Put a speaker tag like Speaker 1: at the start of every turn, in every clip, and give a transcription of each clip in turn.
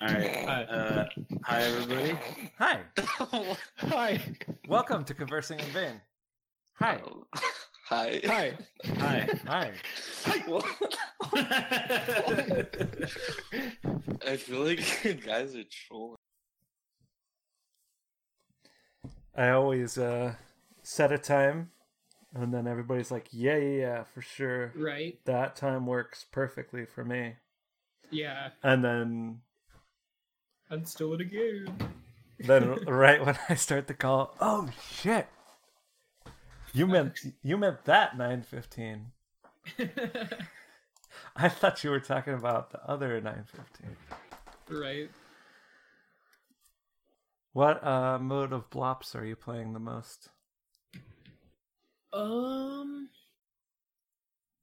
Speaker 1: All right.
Speaker 2: Hi.
Speaker 1: Uh, hi, everybody.
Speaker 3: Hi,
Speaker 2: Hi.
Speaker 3: welcome to Conversing in Vain. Hi,
Speaker 4: Oh.
Speaker 5: Hi.
Speaker 2: Hi.
Speaker 1: Hi.
Speaker 3: hi.
Speaker 5: I feel like you guys are trolling.
Speaker 4: I always uh, set a time, and then everybody's like, "Yeah, yeah, yeah, for sure.
Speaker 2: Right.
Speaker 4: That time works perfectly for me."
Speaker 2: Yeah.
Speaker 4: And then,
Speaker 2: I'm still in a game.
Speaker 4: then right when I start the call, oh shit! You meant you meant that nine fifteen. I thought you were talking about the other nine fifteen.
Speaker 2: right.
Speaker 4: What uh, mode of blops are you playing the most?
Speaker 2: Um.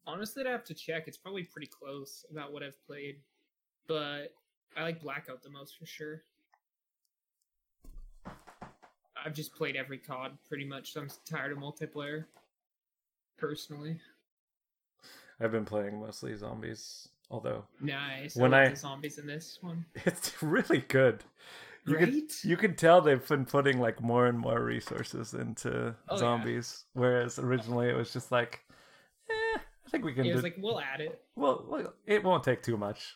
Speaker 2: Honestly, I'd have to check. It's probably pretty close about what I've played, but I like Blackout the most for sure. I've just played every COD pretty much, so I'm tired of multiplayer. Personally,
Speaker 4: I've been playing mostly zombies, although
Speaker 2: nice.
Speaker 4: When
Speaker 2: I like
Speaker 4: I-
Speaker 2: the zombies in this one,
Speaker 4: it's really good. You
Speaker 2: right?
Speaker 4: could- you can tell they've been putting like more and more resources into
Speaker 2: Oh, yeah.
Speaker 4: zombies whereas originally it was just like eh, i think we can
Speaker 2: It
Speaker 4: do
Speaker 2: was like we'll add it.
Speaker 4: well, well it won't take too much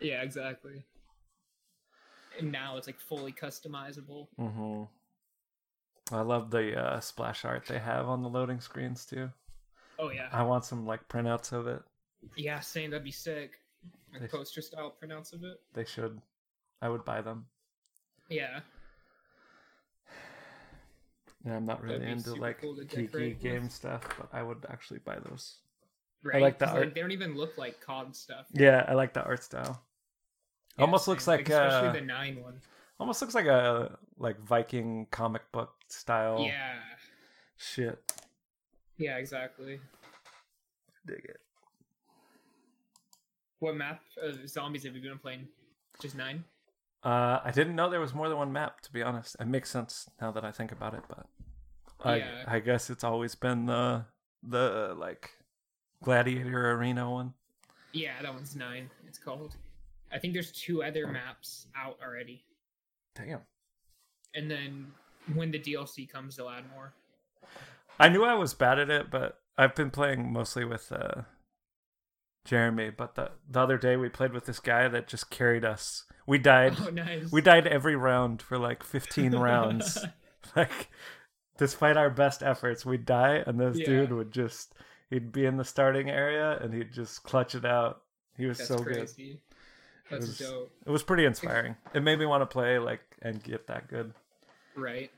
Speaker 2: Yeah, exactly. And now it's like fully customizable.
Speaker 4: hmm i love the uh, splash art they have on the loading screens too
Speaker 2: Oh yeah,
Speaker 4: i want some like printouts of it
Speaker 2: yeah. Saying that'd be sick. Like
Speaker 4: Nice.
Speaker 2: poster style printouts of it.
Speaker 4: they should i would buy them
Speaker 2: Yeah.
Speaker 4: yeah, i'm not
Speaker 2: That'd
Speaker 4: really
Speaker 2: be
Speaker 4: into
Speaker 2: super
Speaker 4: like
Speaker 2: cool to decorate
Speaker 4: geeky
Speaker 2: with.
Speaker 4: game stuff but i would actually buy those
Speaker 2: Right.
Speaker 4: like the
Speaker 2: 'Cause,
Speaker 4: art.
Speaker 2: they don't even look like COD stuff.
Speaker 4: yeah i like the art style
Speaker 2: Yeah,
Speaker 4: Almost looks
Speaker 2: same.
Speaker 4: like,
Speaker 2: especially
Speaker 4: uh,
Speaker 2: the nine one.
Speaker 4: almost looks like a like viking comic book style
Speaker 2: Yeah.
Speaker 4: shit
Speaker 2: Yeah. Exactly.
Speaker 4: dig it
Speaker 2: What map of zombies have you been playing? Just nine.
Speaker 4: Uh, I didn't know there was more than one map. To be honest, it makes sense now that I think about it. But I,
Speaker 2: Yeah.
Speaker 4: I guess it's always been the the like gladiator arena one.
Speaker 2: Yeah, that one's nine. It's called. I think there's two other maps out already,
Speaker 4: Damn,
Speaker 2: and then when the DLC comes, they'll add more.
Speaker 4: I knew I was bad at it, but I've been playing mostly with uh, Jeremy. But the the other day we played with this guy that just carried us. We died.
Speaker 2: Oh, nice.
Speaker 4: We died every round for like fifteen rounds. like despite our best efforts we'd die and this
Speaker 2: Yeah.
Speaker 4: dude would just he'd be in the starting area and he'd just clutch it out he was
Speaker 2: That's
Speaker 4: so good
Speaker 2: crazy. That's
Speaker 4: was-
Speaker 2: dope.
Speaker 4: it was pretty inspiring it made me want to play like and get that good
Speaker 2: Right.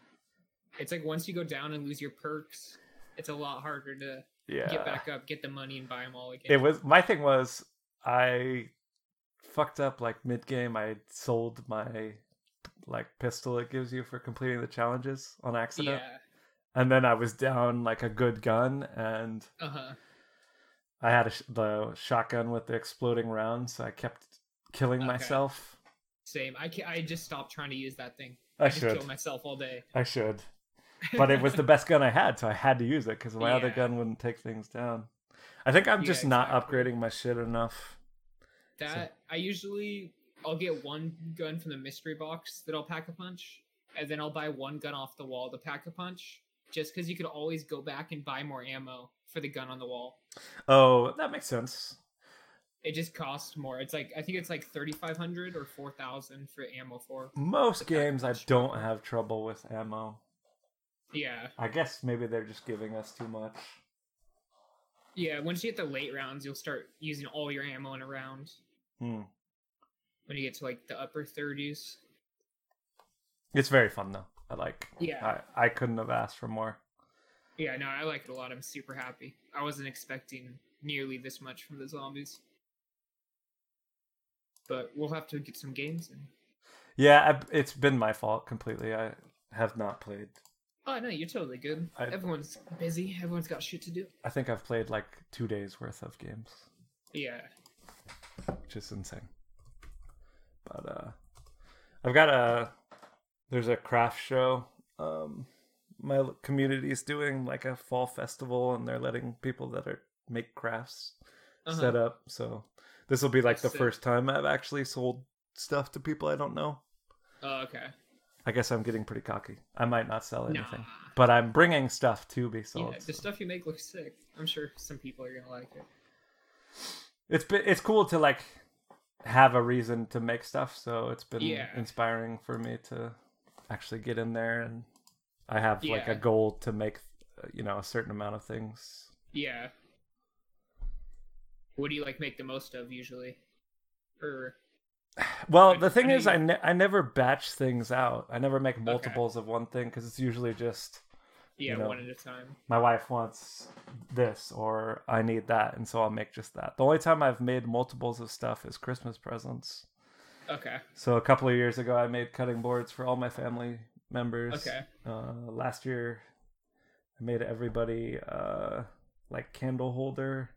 Speaker 2: It's like once you go down and lose your perks, it's a lot harder to
Speaker 4: yeah
Speaker 2: get back up, get the money, and buy them all again.
Speaker 4: it was my thing was i fucked up like mid-game i sold my like pistol it gives you for completing the challenges on accident
Speaker 2: yeah.
Speaker 4: and then i was down like a good gun and
Speaker 2: Uh huh.
Speaker 4: I had a sh- the shotgun with the exploding rounds, so I kept killing
Speaker 2: Okay.
Speaker 4: myself.
Speaker 2: Same. I ca I just stopped trying to use that thing.
Speaker 4: I
Speaker 2: just kill
Speaker 4: should.
Speaker 2: myself all day.
Speaker 4: I should. But it was the best gun I had, so I had to use it because my other
Speaker 2: Yeah.
Speaker 4: gun wouldn't take things down. I think I'm
Speaker 2: Yeah,
Speaker 4: just not
Speaker 2: exactly.
Speaker 4: upgrading my shit enough.
Speaker 2: that. I usually I'll get one gun from the mystery box that I'll pack a punch, and then I'll buy one gun off the wall to pack a punch, just because you could always go back and buy more ammo for the gun on the wall.
Speaker 4: Oh, that makes sense.
Speaker 2: It just costs more. It's like I think it's like thirty five hundred or four thousand for ammo for.
Speaker 4: Most
Speaker 2: that
Speaker 4: games I
Speaker 2: much
Speaker 4: don't have trouble with ammo.
Speaker 2: Yeah.
Speaker 4: I guess maybe they're just giving us too much.
Speaker 2: Yeah, once you get the late rounds, you'll start using all your ammo in a round.
Speaker 4: Hmm.
Speaker 2: When you get to like the upper thirties.
Speaker 4: It's very fun though. I like.
Speaker 2: Yeah.
Speaker 4: I, I couldn't have asked for more.
Speaker 2: Yeah, no, I like it a lot. I'm super happy. I wasn't expecting nearly this much from the zombies. But we'll have to get some games in.
Speaker 4: Yeah, I, it's been my fault completely. I have not played
Speaker 2: Oh no, you're totally good.
Speaker 4: I-
Speaker 2: Everyone's busy. Everyone's got shit to do.
Speaker 4: I think I've played like two days worth of games,
Speaker 2: Yeah.
Speaker 4: which is insane. But uh, I've got a there's a craft show. Um, my l- community's doing like a fall festival, and they're letting people that are make crafts
Speaker 2: Uh-huh.
Speaker 4: set up. So this will be like
Speaker 2: That's
Speaker 4: the
Speaker 2: sick.
Speaker 4: first time I've actually sold stuff to people I don't know.
Speaker 2: Oh, okay.
Speaker 4: I guess I'm getting pretty cocky. I might not sell
Speaker 2: Nah.
Speaker 4: anything, but I'm bringing stuff to be sold.
Speaker 2: Yeah, the stuff you make looks sick. I'm sure some people are gonna like it.
Speaker 4: it's been it's cool to like have a reason to make stuff so it's been
Speaker 2: Yeah.
Speaker 4: inspiring for me to actually get in there and i have like
Speaker 2: Yeah.
Speaker 4: a goal to make uh, you know a certain amount of things
Speaker 2: Yeah. What do you like make the most of usually? Or
Speaker 4: well
Speaker 2: Right,
Speaker 4: the thing
Speaker 2: I know
Speaker 4: is
Speaker 2: you-
Speaker 4: I, ne- I never batch things out i never make multiples of one thing because it's usually just
Speaker 2: yeah,
Speaker 4: You know.
Speaker 2: one at a time.
Speaker 4: my wife wants this or i need that and so i'll make just that the only time i've made multiples of stuff is christmas presents
Speaker 2: Okay.
Speaker 4: So a couple of years ago, I made cutting boards for all my family members.
Speaker 2: Okay.
Speaker 4: Uh, last year, I made everybody uh, like candle holder.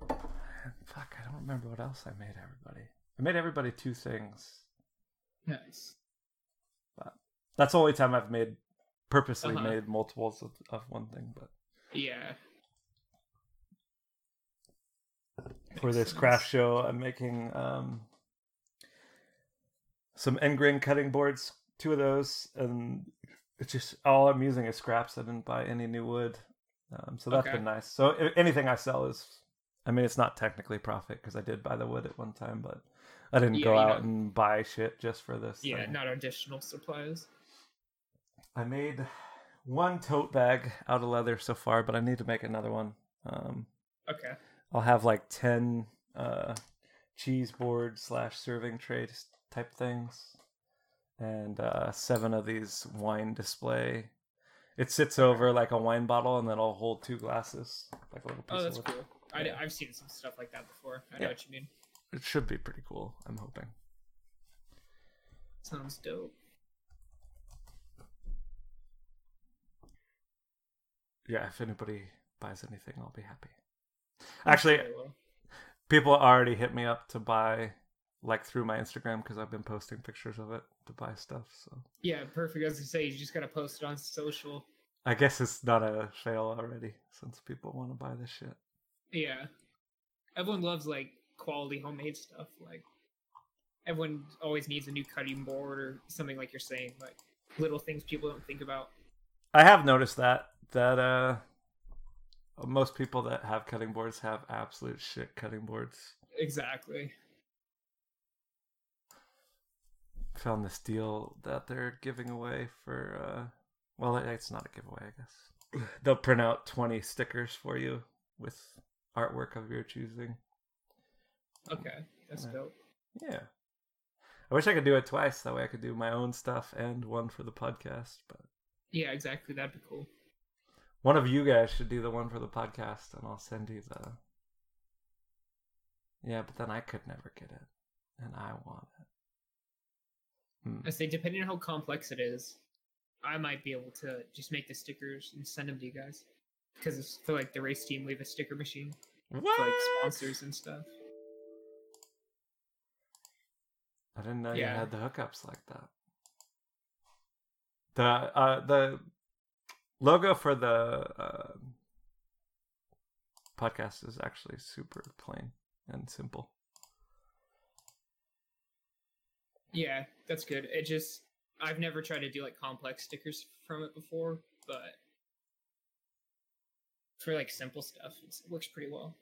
Speaker 4: And fuck, I don't remember what else I made everybody. I made everybody two things.
Speaker 2: Nice.
Speaker 4: That's the only time I've made purposely
Speaker 2: Uh-huh.
Speaker 4: made multiples of, of one thing. But
Speaker 2: Yeah.
Speaker 4: for
Speaker 2: Makes
Speaker 4: this
Speaker 2: sense.
Speaker 4: craft show, I'm making um, some end grain cutting boards, two of those, and it's just all I'm using is scraps. I didn't buy any new wood, um, so that's
Speaker 2: Okay.
Speaker 4: been nice. So a- anything I sell is, I mean, it's not technically profit because I did buy the wood at one time, but I didn't
Speaker 2: Yeah,
Speaker 4: go
Speaker 2: you
Speaker 4: out
Speaker 2: know.
Speaker 4: and buy shit just for this.
Speaker 2: Yeah,
Speaker 4: thing.
Speaker 2: not additional supplies.
Speaker 4: I made one tote bag out of leather so far, but I need to make another one. Um,
Speaker 2: Okay.
Speaker 4: I'll have like ten uh, cheese board slash serving trays type things, and uh, seven of these wine display. It sits over like a wine bottle, and then I'll hold two glasses, like a little piece
Speaker 2: Oh, that's
Speaker 4: of
Speaker 2: cool. I,
Speaker 4: Yeah.
Speaker 2: have seen some stuff like that before. I know
Speaker 4: Yeah.
Speaker 2: what you mean.
Speaker 4: It should be pretty cool. I'm hoping.
Speaker 2: Sounds dope.
Speaker 4: Yeah, if anybody buys anything, I'll be happy.
Speaker 2: I'm
Speaker 4: Actually,
Speaker 2: sure I will.
Speaker 4: people already hit me up to buy, like through my Instagram because I've been posting pictures of it to buy stuff. So
Speaker 2: yeah, perfect. I was gonna say you just gotta post it on social.
Speaker 4: I guess it's not a fail already since people want to buy this shit.
Speaker 2: Yeah, everyone loves like quality homemade stuff. Like everyone always needs a new cutting board or something like you're saying. Like little things people don't think about.
Speaker 4: I have noticed that that uh most people that have cutting boards have absolute shit cutting boards.
Speaker 2: Exactly.
Speaker 4: Found this deal that they're giving away for uh well it- it's not a giveaway, I guess. They'll print out 20 stickers for you with artwork of your choosing.
Speaker 2: Okay, that's
Speaker 4: Yeah.
Speaker 2: dope.
Speaker 4: Yeah. I wish I could do it twice that way I could do my own stuff and one for the podcast, but
Speaker 2: Yeah, exactly. That'd be cool.
Speaker 4: one of you guys should do the one for the podcast and I'll send you the Yeah, but then I could never get it. And I want it. Hmm.
Speaker 2: I say depending on how complex it is, I might be able to just make the stickers and send them to you guys. Because for like the race team, we have a sticker machine.
Speaker 4: What?
Speaker 2: for, like sponsors and stuff.
Speaker 4: I didn't know you
Speaker 2: Yeah.
Speaker 4: had the hookups like that. The uh the logo for the uh, podcast is actually super plain and simple.
Speaker 2: Yeah, that's good. It just I've never tried to do like complex stickers from it before, but for like simple stuff, it's, it works pretty well.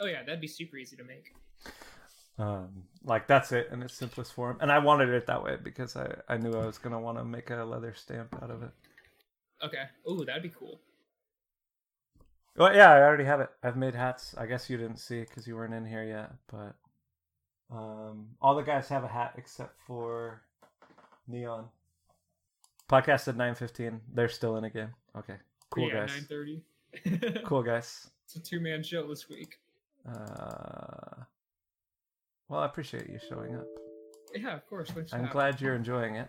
Speaker 2: Oh yeah, that'd be super easy to make.
Speaker 4: um like that's it in its simplest form and i wanted it that way because i i knew i was gonna want to make a leather stamp out of it
Speaker 2: Okay. Ooh, that'd be cool.
Speaker 4: oh yeah i already have it i've made hats i guess you didn't see because you weren't in here yet but um all the guys have a hat except for neon podcast at 9.15 they're still in again okay cool
Speaker 2: yeah,
Speaker 4: guys
Speaker 2: nine thirty.
Speaker 4: cool guys
Speaker 2: It's a two man show this week.
Speaker 4: uh well i appreciate you showing up
Speaker 2: Yeah, of course. thanks for
Speaker 4: i'm
Speaker 2: having-
Speaker 4: glad you're enjoying it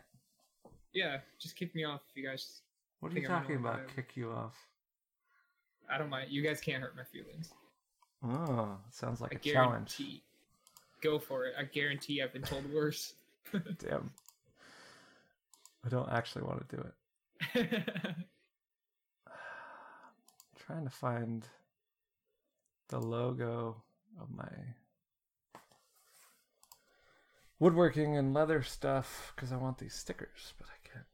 Speaker 2: Yeah, just kick me off if you guys.
Speaker 4: what are
Speaker 2: Think
Speaker 4: you
Speaker 2: I'm
Speaker 4: talking
Speaker 2: annoying,
Speaker 4: about
Speaker 2: but-
Speaker 4: kick you off
Speaker 2: I don't mind. You guys can't hurt my feelings.
Speaker 4: Oh, sounds like
Speaker 2: I
Speaker 4: a
Speaker 2: guarantee.
Speaker 4: challenge.
Speaker 2: Go for it. I guarantee I've been told worse.
Speaker 4: Damn. I don't actually want to do it. I'm trying to find the logo of my woodworking and leather stuff because I want these stickers, but I can't.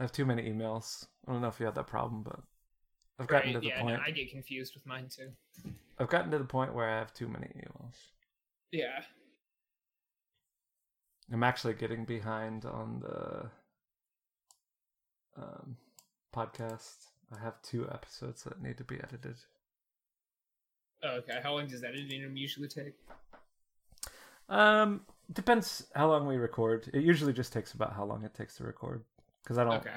Speaker 4: I have too many emails. I don't know if you had that problem, but I've gotten
Speaker 2: Right,
Speaker 4: to the
Speaker 2: yeah, no,
Speaker 4: point.
Speaker 2: I get confused with mine too.
Speaker 4: I've gotten to the point where I have too many emails.
Speaker 2: Yeah.
Speaker 4: I'm actually getting behind on the um, podcast. I have two episodes that need to be edited.
Speaker 2: Oh, okay. How long does editing usually take?
Speaker 4: Um, depends how long we record. It usually just takes about how long it takes to record because I don't.
Speaker 2: Okay.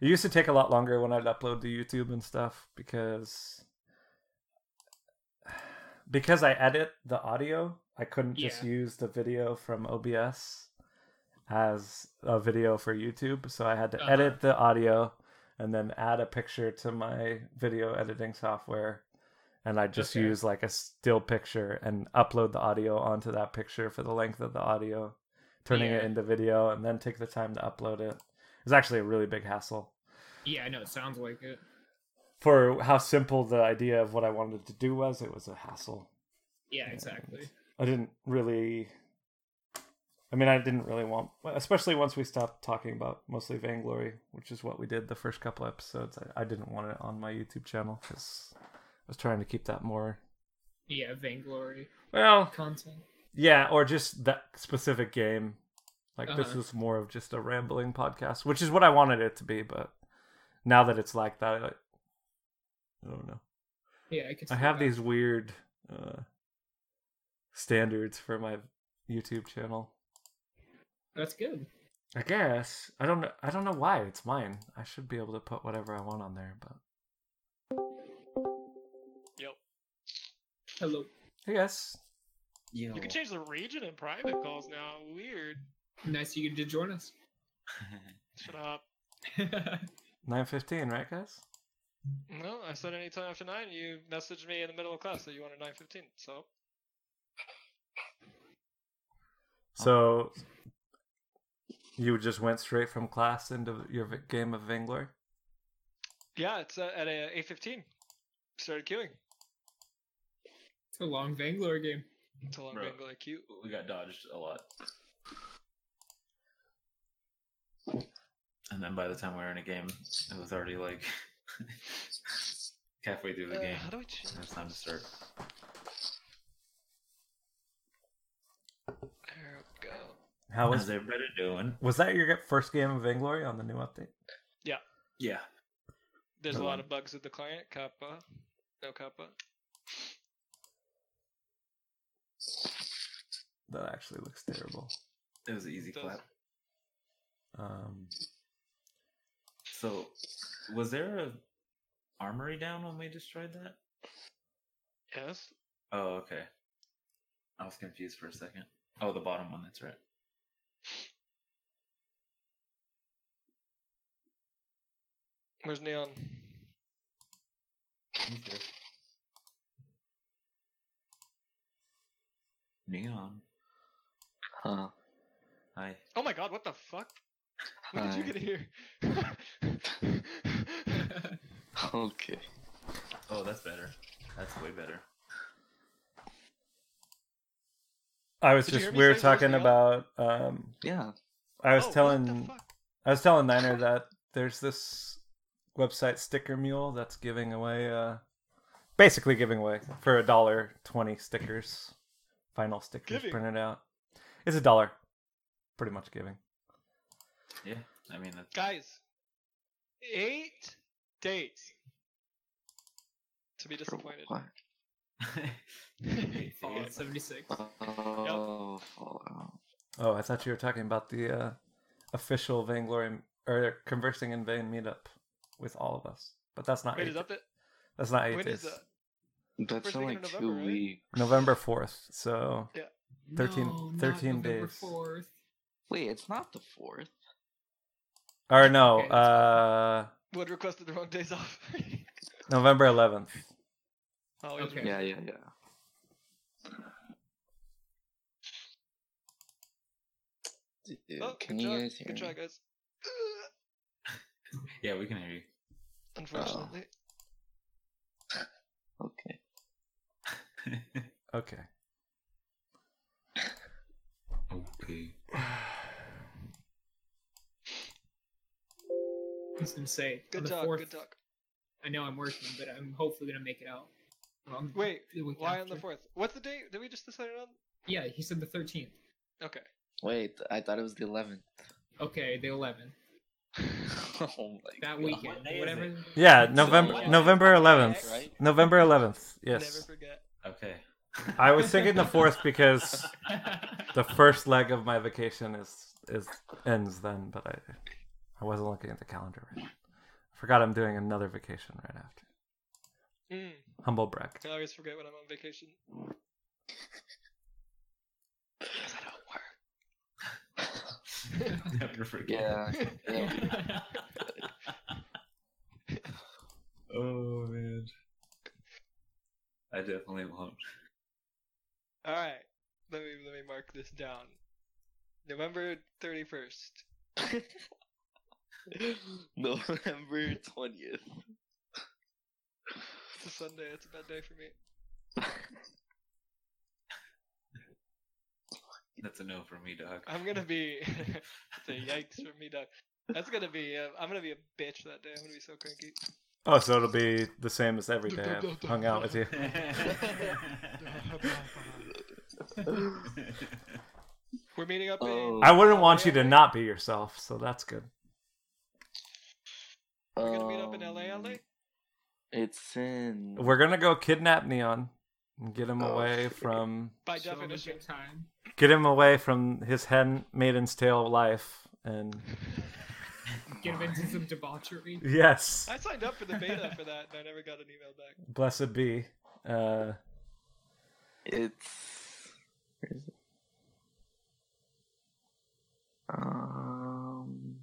Speaker 4: It used to take a lot longer when I'd upload to YouTube and stuff because because I edit the audio, I couldn't just
Speaker 2: Yeah.
Speaker 4: use the video from OBS as a video for YouTube, so I had to
Speaker 2: Uh-huh.
Speaker 4: edit the audio and then add a picture to my video editing software and I just
Speaker 2: Okay.
Speaker 4: use like a still picture and upload the audio onto that picture for the length of the audio, turning it
Speaker 2: Yeah.
Speaker 4: into video and then take the time to upload it. It's actually a really big hassle
Speaker 2: Yeah, I know. It sounds like it.
Speaker 4: for how simple the idea of what I wanted to do was. It was a hassle.
Speaker 2: Yeah, exactly.
Speaker 4: I didn't really. I mean, I didn't really want, especially once we stopped talking about mostly Vainglory, which is what we did the first couple episodes. I, I didn't want it on my YouTube channel because I was trying to keep that more.
Speaker 2: Yeah, vainglory
Speaker 4: Well,
Speaker 2: content.
Speaker 4: yeah, or just that specific game. Like this
Speaker 2: Uh-huh.
Speaker 4: was more of just a rambling podcast, which is what I wanted it to be. But now that it's like that, I, I don't know.
Speaker 2: Yeah, I could.
Speaker 4: I
Speaker 2: see
Speaker 4: have
Speaker 2: that.
Speaker 4: these weird uh, standards for my YouTube channel.
Speaker 2: That's good.
Speaker 4: I guess I don't know. I don't know why it's mine. I should be able to put whatever I want on there. But
Speaker 2: Hello.
Speaker 4: I guess
Speaker 1: Yo.
Speaker 6: You can change the region in private calls now. Weird.
Speaker 2: Nice you did join us.
Speaker 6: Shut up.
Speaker 4: nine fifteen, right, guys?
Speaker 6: No, I said anytime after nine. You messaged me in the middle of class that you wanted nine fifteen. So
Speaker 4: So you just went straight from class into your v- game of Vainglory.
Speaker 6: yeah, it's uh, at uh, eight fifteen. Started queuing.
Speaker 2: it's a long vainglory game.
Speaker 6: It's a long
Speaker 5: Bro.
Speaker 6: Bengal IQ.
Speaker 5: We got dodged a lot.
Speaker 1: And then by the time we were in a game, it was already like halfway through the
Speaker 6: Uh,
Speaker 1: game.
Speaker 6: how do I change?
Speaker 1: And it's time to start.
Speaker 6: There we go.
Speaker 4: How was
Speaker 1: How's everybody doing?
Speaker 4: was that your first game of Vainglory on the new update?
Speaker 1: Yeah.
Speaker 6: There's a
Speaker 1: Hold
Speaker 6: lot
Speaker 1: on.
Speaker 6: of bugs with the client. Kappa. No kappa.
Speaker 4: That actually looks terrible.
Speaker 1: It was an easy
Speaker 6: It does.
Speaker 1: clap.
Speaker 4: Um,
Speaker 1: So, was there a armory down when we destroyed that?
Speaker 6: Yes.
Speaker 1: Oh, okay. I was confused for a second. Oh, the bottom one. That's right.
Speaker 6: Where's Neon?
Speaker 1: He's there. Neon.
Speaker 5: Huh.
Speaker 1: Hi.
Speaker 6: Oh my God! What the fuck? When did you
Speaker 5: Hi.
Speaker 6: get here?
Speaker 5: Okay.
Speaker 1: Oh, that's better. That's way better.
Speaker 4: I was
Speaker 6: Did you
Speaker 4: just
Speaker 6: hear me
Speaker 4: we were
Speaker 6: say something
Speaker 4: talking about. Um,
Speaker 5: Yeah.
Speaker 4: I was
Speaker 6: Oh, what the
Speaker 4: telling
Speaker 6: fuck?
Speaker 4: I was telling Niner that there's this website Sticker Mule that's giving away, uh, basically giving away for a dollar twenty stickers, vinyl stickers
Speaker 6: Giving.
Speaker 4: printed out. It's a dollar, pretty much giving.
Speaker 1: Yeah. I mean, that's
Speaker 6: Guys, eight dates to be
Speaker 5: For
Speaker 6: disappointed.
Speaker 5: what?
Speaker 6: Eight
Speaker 2: Fallout
Speaker 6: dates.
Speaker 2: 76.
Speaker 5: Oh, Fallout.
Speaker 4: Oh, I thought you were talking about the uh, official Vainglory or conversing in vain meetup with all of us, but that's not
Speaker 6: Wait,
Speaker 4: eight-
Speaker 6: is that the?
Speaker 4: that's not eight
Speaker 6: When is
Speaker 4: days.
Speaker 6: that?
Speaker 5: That's
Speaker 6: First
Speaker 5: in
Speaker 6: weekend
Speaker 5: like
Speaker 6: of
Speaker 5: two
Speaker 6: November, right?
Speaker 5: weeks.
Speaker 4: November fourth. So 13
Speaker 2: no,
Speaker 4: 13
Speaker 2: not November
Speaker 4: days.
Speaker 2: 4th.
Speaker 5: Wait, it's not the fourth.
Speaker 4: or no,
Speaker 2: Okay, that's
Speaker 4: uh,
Speaker 6: Wood requested the wrong days off.
Speaker 4: November eleventh.
Speaker 6: oh, it was
Speaker 2: Okay.
Speaker 6: me.
Speaker 5: Yeah, yeah, yeah. Dude,
Speaker 6: Oh,
Speaker 5: can
Speaker 6: good
Speaker 5: you
Speaker 6: try.
Speaker 5: guys hear
Speaker 6: good
Speaker 5: me? Uh,
Speaker 6: try, guys.
Speaker 1: yeah, we can hear you.
Speaker 6: Unfortunately,
Speaker 5: Okay.
Speaker 4: Okay.
Speaker 1: Okay.
Speaker 2: I was gonna say on
Speaker 6: Good
Speaker 2: the
Speaker 6: talk.
Speaker 2: fourth.
Speaker 6: Good talk.
Speaker 2: I know I'm working, but I'm hopefully gonna make it out. Well, I'm-
Speaker 6: Wait,
Speaker 2: the week
Speaker 6: why on the
Speaker 2: after.
Speaker 6: fourth? What's the date? Did we just decide on?
Speaker 2: Yeah, he said the 13th.
Speaker 6: Okay.
Speaker 5: Wait, I thought it was the 11th.
Speaker 2: Okay, the 11th.
Speaker 5: oh my
Speaker 2: That
Speaker 5: God.
Speaker 2: weekend,
Speaker 1: What day is
Speaker 2: whatever.
Speaker 1: it?
Speaker 4: Yeah, November
Speaker 5: Monday.
Speaker 4: November 11th.
Speaker 5: Right?
Speaker 4: November 11th.
Speaker 6: Never
Speaker 4: Yes.
Speaker 6: forget.
Speaker 1: Okay.
Speaker 4: I was thinking the 4th because the first leg of my vacation is is ends then, but I I wasn't looking at the calendar right. I forgot I'm doing another vacation right after.
Speaker 6: Mm,
Speaker 4: Humble brag.
Speaker 6: I always forget when I'm on vacation. 'Cause I don't work.
Speaker 1: Never forget.
Speaker 5: Yeah. yeah.
Speaker 1: oh man. I definitely won't.
Speaker 6: All right. Let me let me mark this down. November thirty first.
Speaker 5: November 20th.
Speaker 6: It's a Sunday. It's a bad day for me.
Speaker 1: That's a no for me, dog.
Speaker 6: I'm gonna be. it's a yikes for me, Doug. That's gonna be. Uh, I'm gonna be a bitch that day. I'm gonna be so cranky.
Speaker 4: Oh, so it'll be the same as every day I've hung out with you.
Speaker 6: We're meeting up.
Speaker 5: Oh.
Speaker 6: in...
Speaker 4: I wouldn't want you to not be yourself, so that's good.
Speaker 6: We're gonna meet up in LA,
Speaker 5: Um,
Speaker 6: LA.
Speaker 5: It's in.
Speaker 4: We're gonna go kidnap Neon and get him
Speaker 5: Oh,
Speaker 4: away
Speaker 5: shit.
Speaker 4: from
Speaker 6: By
Speaker 2: Show him a
Speaker 6: definition.
Speaker 2: good time.
Speaker 4: get him away from his hen maiden's tail life and
Speaker 2: Get him into some debauchery.
Speaker 4: yes
Speaker 6: I signed up for the beta for that, and I never got an email back.
Speaker 4: blessed be uh
Speaker 5: It's. Where is it? Um,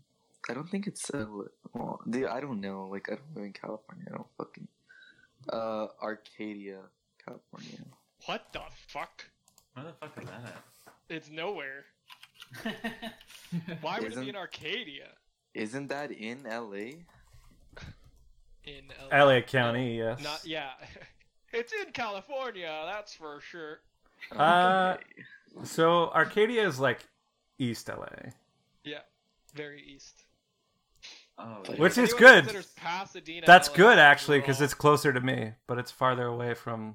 Speaker 5: I don't think it's. Uh, well, dude, I don't know. Like, I don't live in California. I don't fucking. Uh, Arcadia, California.
Speaker 6: What the fuck?
Speaker 1: Where the fuck is that?
Speaker 6: It's nowhere. Why would it
Speaker 5: Isn't-
Speaker 6: be in Arcadia?
Speaker 5: Isn't that in LA?
Speaker 6: In LA.
Speaker 4: LA County yes
Speaker 6: Not yeah. It's in California. That's for sure.
Speaker 4: Uh,
Speaker 5: Okay.
Speaker 4: so Arcadia is like East LA
Speaker 6: Yeah, very east.
Speaker 1: Oh,
Speaker 5: Like-
Speaker 4: which is
Speaker 6: Anyone
Speaker 4: good
Speaker 6: considers Pasadena,
Speaker 4: that's
Speaker 6: LA
Speaker 4: good actually because
Speaker 6: wrong.
Speaker 4: it's closer to me but it's farther away from
Speaker 6: Yeah,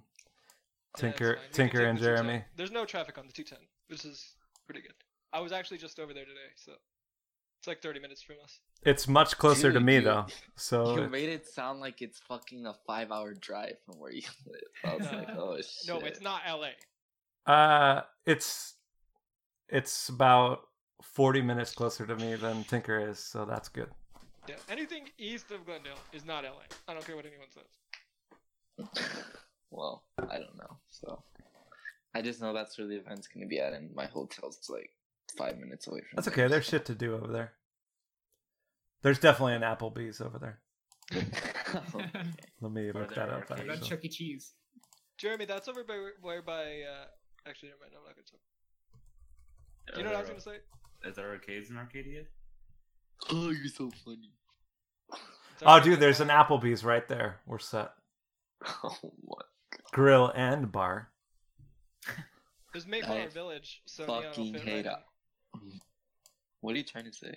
Speaker 6: it's
Speaker 4: Tinker
Speaker 6: fine. We can
Speaker 4: Tinker
Speaker 6: take
Speaker 4: and
Speaker 6: the 210.
Speaker 4: Jeremy
Speaker 6: There's no traffic on the 210, which is pretty good. I was actually just over there today, so it's like 30 minutes from us.
Speaker 4: it's much closer to
Speaker 5: Dude,
Speaker 4: me
Speaker 5: you-
Speaker 4: though
Speaker 5: You
Speaker 4: so
Speaker 5: made it sound like it's fucking a five-hour drive from where you live. I was like, oh shit.
Speaker 6: No, it's not LA.
Speaker 4: uh it's it's about 40 minutes closer to me than Tinker is so that's good
Speaker 6: Yeah, anything east of Glendale is not LA. I don't care what anyone says.
Speaker 5: Well, I don't know. So, I just know that's where the event's gonna be at, and my hotel's like five minutes away from.
Speaker 4: That's
Speaker 5: there,
Speaker 4: okay. There's
Speaker 5: so-
Speaker 4: shit to do over there. There's definitely an Applebee's over there. Let me
Speaker 1: Are
Speaker 4: look
Speaker 1: there
Speaker 4: that
Speaker 1: arcades?
Speaker 4: up.
Speaker 2: What about
Speaker 4: actually.
Speaker 2: Chuck E. Cheese?
Speaker 6: Jeremy, that's over by where by. Uh, actually, never mind. I'm not gonna talk. You know what I was gonna say?
Speaker 1: Is there arcades in Arcadia?
Speaker 5: oh, you're so funny.
Speaker 6: It's
Speaker 4: Oh,
Speaker 6: already
Speaker 4: dude,
Speaker 6: been
Speaker 4: there's an
Speaker 6: done.
Speaker 4: Applebee's right there. We're set.
Speaker 5: Oh, what?
Speaker 4: Grill and bar.
Speaker 6: There's Mayflower
Speaker 5: I
Speaker 6: Village, so
Speaker 5: fucking
Speaker 6: Neon will fit
Speaker 5: hate
Speaker 6: right
Speaker 5: it. What are you trying to say?
Speaker 6: in.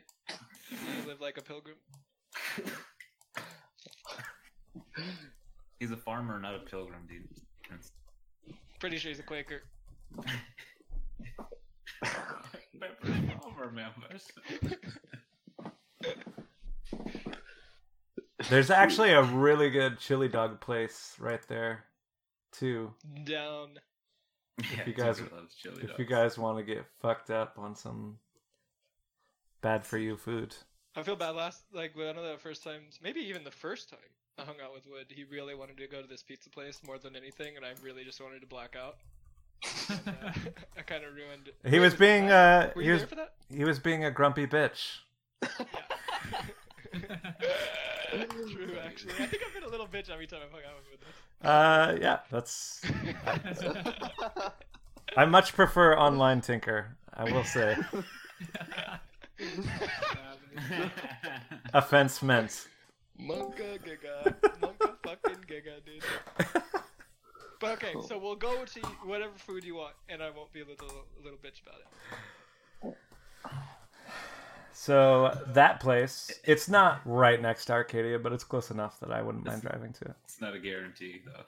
Speaker 6: You live like a pilgrim.
Speaker 1: He's a farmer, not a pilgrim, dude. That's-
Speaker 6: Pretty sure he's a Quaker.
Speaker 1: Farmer members.
Speaker 4: There's actually a really good chili dog place right there, too.
Speaker 6: Down.
Speaker 1: Yeah,
Speaker 4: you guys-
Speaker 1: Tinker loves chili
Speaker 4: If you
Speaker 1: dogs.
Speaker 4: guys want to get fucked up on some bad for you food.
Speaker 6: I feel bad. Last, like one of the first times, maybe even the first time I hung out with Wood, he really wanted to go to this pizza place more than anything, and I really just wanted to black out. And, uh, I kind of ruined.
Speaker 4: He was
Speaker 6: ruined it.
Speaker 4: being uh
Speaker 6: Were
Speaker 4: he
Speaker 6: you
Speaker 4: was
Speaker 6: there for that?
Speaker 4: he was being a grumpy bitch.
Speaker 6: True, actually. I think I've been a little bitch every time I've hung out with
Speaker 4: Uh yeah, that's
Speaker 6: Wood.
Speaker 4: I much prefer online tinker, I will say.
Speaker 2: Uh,
Speaker 4: Offense meant.
Speaker 6: Monka giga, monka fucking giga, dude. But okay, so we'll go to whatever food you want, and I won't be a little a little bitch about it.
Speaker 4: So that place, it's not right next to Arcadia, but it's close enough that I wouldn't mind driving to it.
Speaker 1: It's not a guarantee though.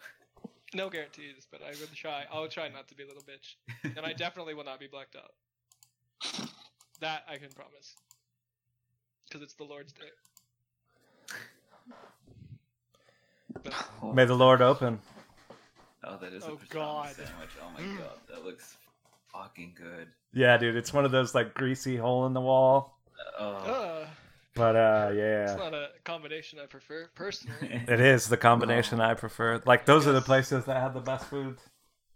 Speaker 6: No guarantees, but I would try. I'll try not to be a little bitch, and I definitely will not be blacked out. That I can promise, because it's the Lord's day. But
Speaker 5: Oh,
Speaker 4: May the Lord open.
Speaker 1: Oh, that is a
Speaker 6: Oh,
Speaker 1: pajama
Speaker 6: God.
Speaker 1: sandwich. Oh my
Speaker 6: Mm.
Speaker 1: god, that looks fucking good.
Speaker 4: Yeah, dude, it's one of those like greasy hole in the wall.
Speaker 1: Oh,
Speaker 6: uh,
Speaker 4: But uh
Speaker 6: it's
Speaker 4: yeah.
Speaker 6: not a combination I prefer personally.
Speaker 1: Oh.
Speaker 4: It is the combination I prefer. Like those are the
Speaker 6: Yes.
Speaker 4: places that have the best food.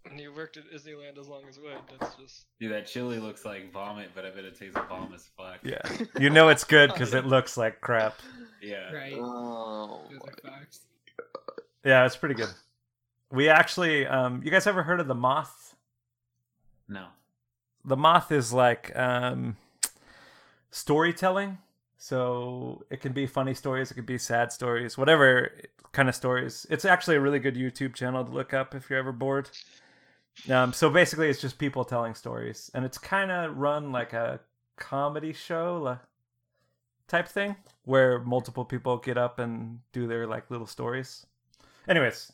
Speaker 6: And You worked at Disneyland as long as you would. That's just
Speaker 1: Dude, that chili looks like vomit, but I bet it tastes bomb as fuck.
Speaker 4: Yeah. You know it's good because it looks like crap.
Speaker 1: Yeah.
Speaker 2: Right.
Speaker 5: Oh,
Speaker 2: Those are facts.
Speaker 4: Yeah, it's pretty good. We actually um you guys ever heard of the moth?
Speaker 1: No.
Speaker 4: the moth is like um storytelling so it can be funny stories it can be sad stories whatever kind of stories it's actually a really good youtube channel to look up if you're ever bored um so basically it's just people telling stories and it's kind of run like a comedy show like, type thing where multiple people get up and do their like little stories anyways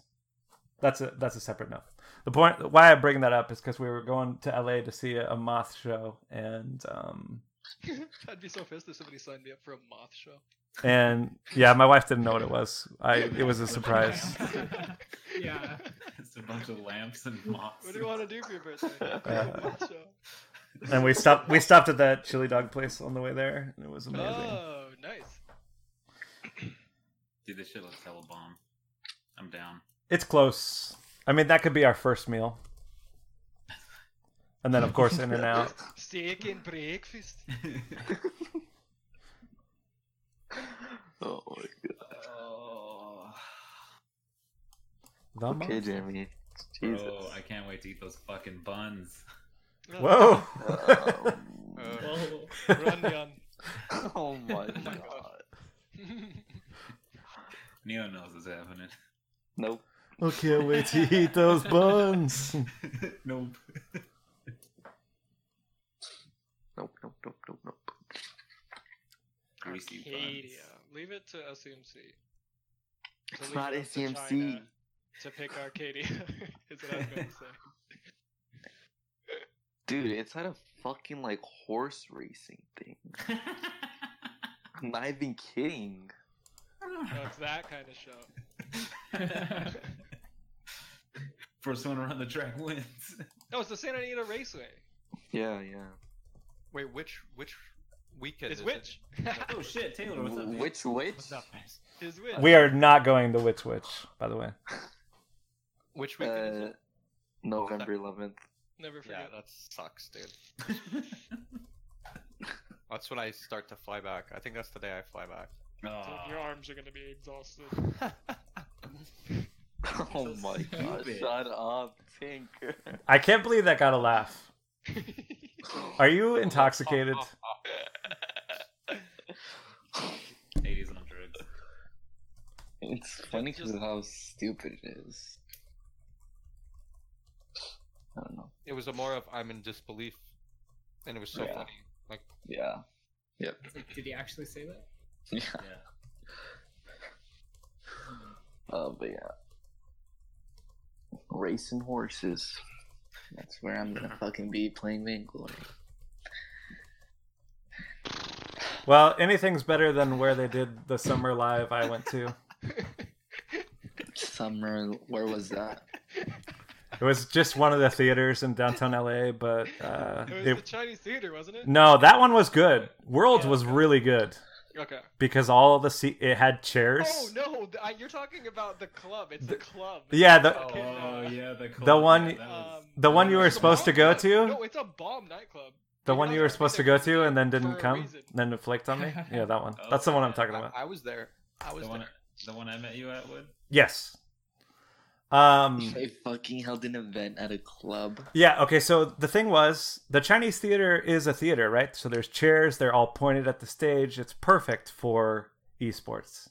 Speaker 4: that's a that's a separate note the point why I bring that up is because we were going to LA to see a, a moth show, and um,
Speaker 6: I'd be so pissed if somebody signed me up for a moth show.
Speaker 4: and yeah, my wife didn't know what it was. I it was a surprise.
Speaker 2: Yeah.
Speaker 1: It's a bunch of lamps and moths.
Speaker 6: What do you want to do for your birthday?
Speaker 4: Uh,
Speaker 6: a moth show.
Speaker 4: And we stopped we stopped at that chili dog place on the way there, and it was amazing.
Speaker 6: Oh, nice.
Speaker 1: Dude, this shit looks hella bomb. I'm down.
Speaker 4: It's close. I mean, that could be our first meal, and then of course in and out.
Speaker 6: Steak and breakfast.
Speaker 5: oh my god.
Speaker 1: oh,
Speaker 4: The
Speaker 5: Okay,
Speaker 4: moth?
Speaker 5: Jeremy. Jesus.
Speaker 1: bro, I can't wait to eat those fucking buns.
Speaker 4: Whoa!
Speaker 5: Um,
Speaker 6: Uh,
Speaker 2: Whoa.
Speaker 6: run, Jan.
Speaker 5: oh my
Speaker 6: my
Speaker 5: god.
Speaker 1: Neo knows what's happening.
Speaker 5: Nope.
Speaker 4: I can't wait to eat those buns.
Speaker 1: nope.
Speaker 5: Nope. Nope. Nope. Nope. Nope.
Speaker 1: Greasy
Speaker 6: Arcadia.
Speaker 1: buns.
Speaker 6: Leave it to SMC. To
Speaker 5: It's
Speaker 6: leave
Speaker 5: not
Speaker 6: it up to
Speaker 5: SMC.
Speaker 6: China To pick Arcadia. is what I was going to say.
Speaker 5: Dude, it's at a fucking like horse racing thing. I'm not even kidding.
Speaker 6: No, it's that kind of show.
Speaker 1: First one around the track wins.
Speaker 6: No, it's the Santa Anita Raceway.
Speaker 5: Yeah, yeah.
Speaker 7: Wait, which which weekend
Speaker 6: Is
Speaker 7: is
Speaker 6: which?
Speaker 1: Oh shit, Taylor, what's up?
Speaker 5: W-
Speaker 1: dude?
Speaker 5: Which
Speaker 7: It?
Speaker 5: which?
Speaker 7: What's up?
Speaker 6: Is which?
Speaker 4: we are not going to Witch Witch, by the way.
Speaker 7: Which weekend is
Speaker 5: Uh,
Speaker 7: it?
Speaker 5: November 11th.
Speaker 6: Never
Speaker 7: Yeah,
Speaker 6: forget.
Speaker 7: that sucks, dude. That's when I start to fly back. I think that's the day I fly back.
Speaker 1: Ah,
Speaker 6: Dude, your arms are going to be exhausted.
Speaker 5: Oh
Speaker 1: so
Speaker 5: my god!
Speaker 1: stupid.
Speaker 5: Shut up, Tinker.
Speaker 4: I can't believe that got a laugh. Are you intoxicated?
Speaker 1: Eighties on drugs.
Speaker 5: It's funny because of how stupid it is. I don't know.
Speaker 7: It was a more of I'm in disbelief, and it was so
Speaker 5: Yeah.
Speaker 7: funny. Like
Speaker 5: Yeah.
Speaker 2: Did he actually say that?
Speaker 5: Yeah.
Speaker 1: Yeah.
Speaker 5: Uh, but yeah. Racing horses. That's where I'm gonna fucking be playing Vainglory.
Speaker 4: Well, anything's better than where they did the summer live I went to.
Speaker 5: Summer, where was that?
Speaker 4: It was just one of the theaters in downtown LA, but uh,
Speaker 6: It was the
Speaker 4: it,
Speaker 6: Chinese theater, wasn't it?
Speaker 4: no, that one was good. Worlds was really good
Speaker 6: Okay.
Speaker 4: because all the seat it had chairs.
Speaker 6: Oh no, th- I, you're talking about the club. It's the, club.
Speaker 4: Yeah, the
Speaker 6: Okay,
Speaker 1: Oh
Speaker 6: no.
Speaker 1: yeah, the
Speaker 4: The one-
Speaker 1: yeah, that was-
Speaker 6: Um,
Speaker 4: the one you were
Speaker 6: it's a
Speaker 4: supposed to
Speaker 6: bomb
Speaker 4: go
Speaker 6: club.
Speaker 4: to?
Speaker 6: No, it's a bomb nightclub.
Speaker 4: the
Speaker 6: We
Speaker 4: one
Speaker 6: got
Speaker 4: you were
Speaker 6: there
Speaker 4: supposed to
Speaker 6: for
Speaker 4: go to and then didn't
Speaker 6: a
Speaker 4: come,
Speaker 6: reason.
Speaker 4: then it flicked on me. Yeah, that one. That's the one I'm talking
Speaker 7: I,
Speaker 4: about.
Speaker 7: I was there. I was
Speaker 1: the one,
Speaker 7: there.
Speaker 1: the one I met you at would.
Speaker 4: Yes. Um.
Speaker 5: They fucking held an event at a club.
Speaker 4: Yeah, okay, so the thing was the Chinese theater is a theater, right? So there's chairs, they're all pointed at the stage. It's perfect for esports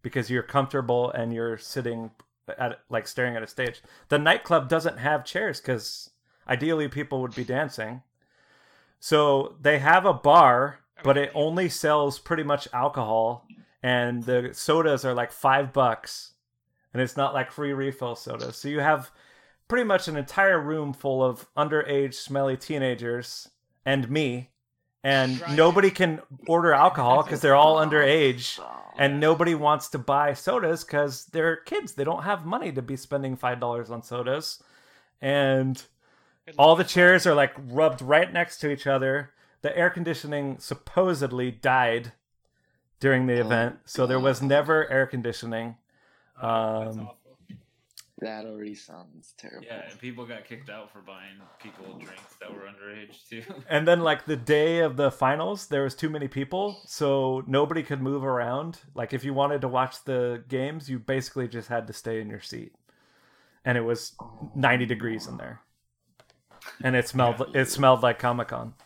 Speaker 4: because you're comfortable and you're sitting at like staring at a stage. The nightclub doesn't have chairs cuz ideally people would be dancing. So they have a bar but it only sells pretty much alcohol, and the sodas are like five bucks, and it's not like free refill sodas. So you have pretty much an entire room full of underage, smelly teenagers and me, and
Speaker 6: Right.
Speaker 4: nobody can order alcohol because they're all underage
Speaker 5: Stop.
Speaker 4: and nobody wants to buy sodas because they're kids. They don't have money to be spending five dollars on sodas, and all the chairs are like rubbed right next to each other. The air conditioning supposedly died during the
Speaker 5: Oh,
Speaker 4: event, so there was never air conditioning.
Speaker 2: Oh, That's
Speaker 4: Um,
Speaker 2: awful.
Speaker 5: that already sounds terrible.
Speaker 1: Yeah, and people got kicked out for buying people drinks that were underage too.
Speaker 4: and then like the day of the finals, there was too many people, so nobody could move around. Like if you wanted to watch the games, you basically just had to stay in your seat, and it was 90 degrees in there. And it smelled it smelled like Comic Con.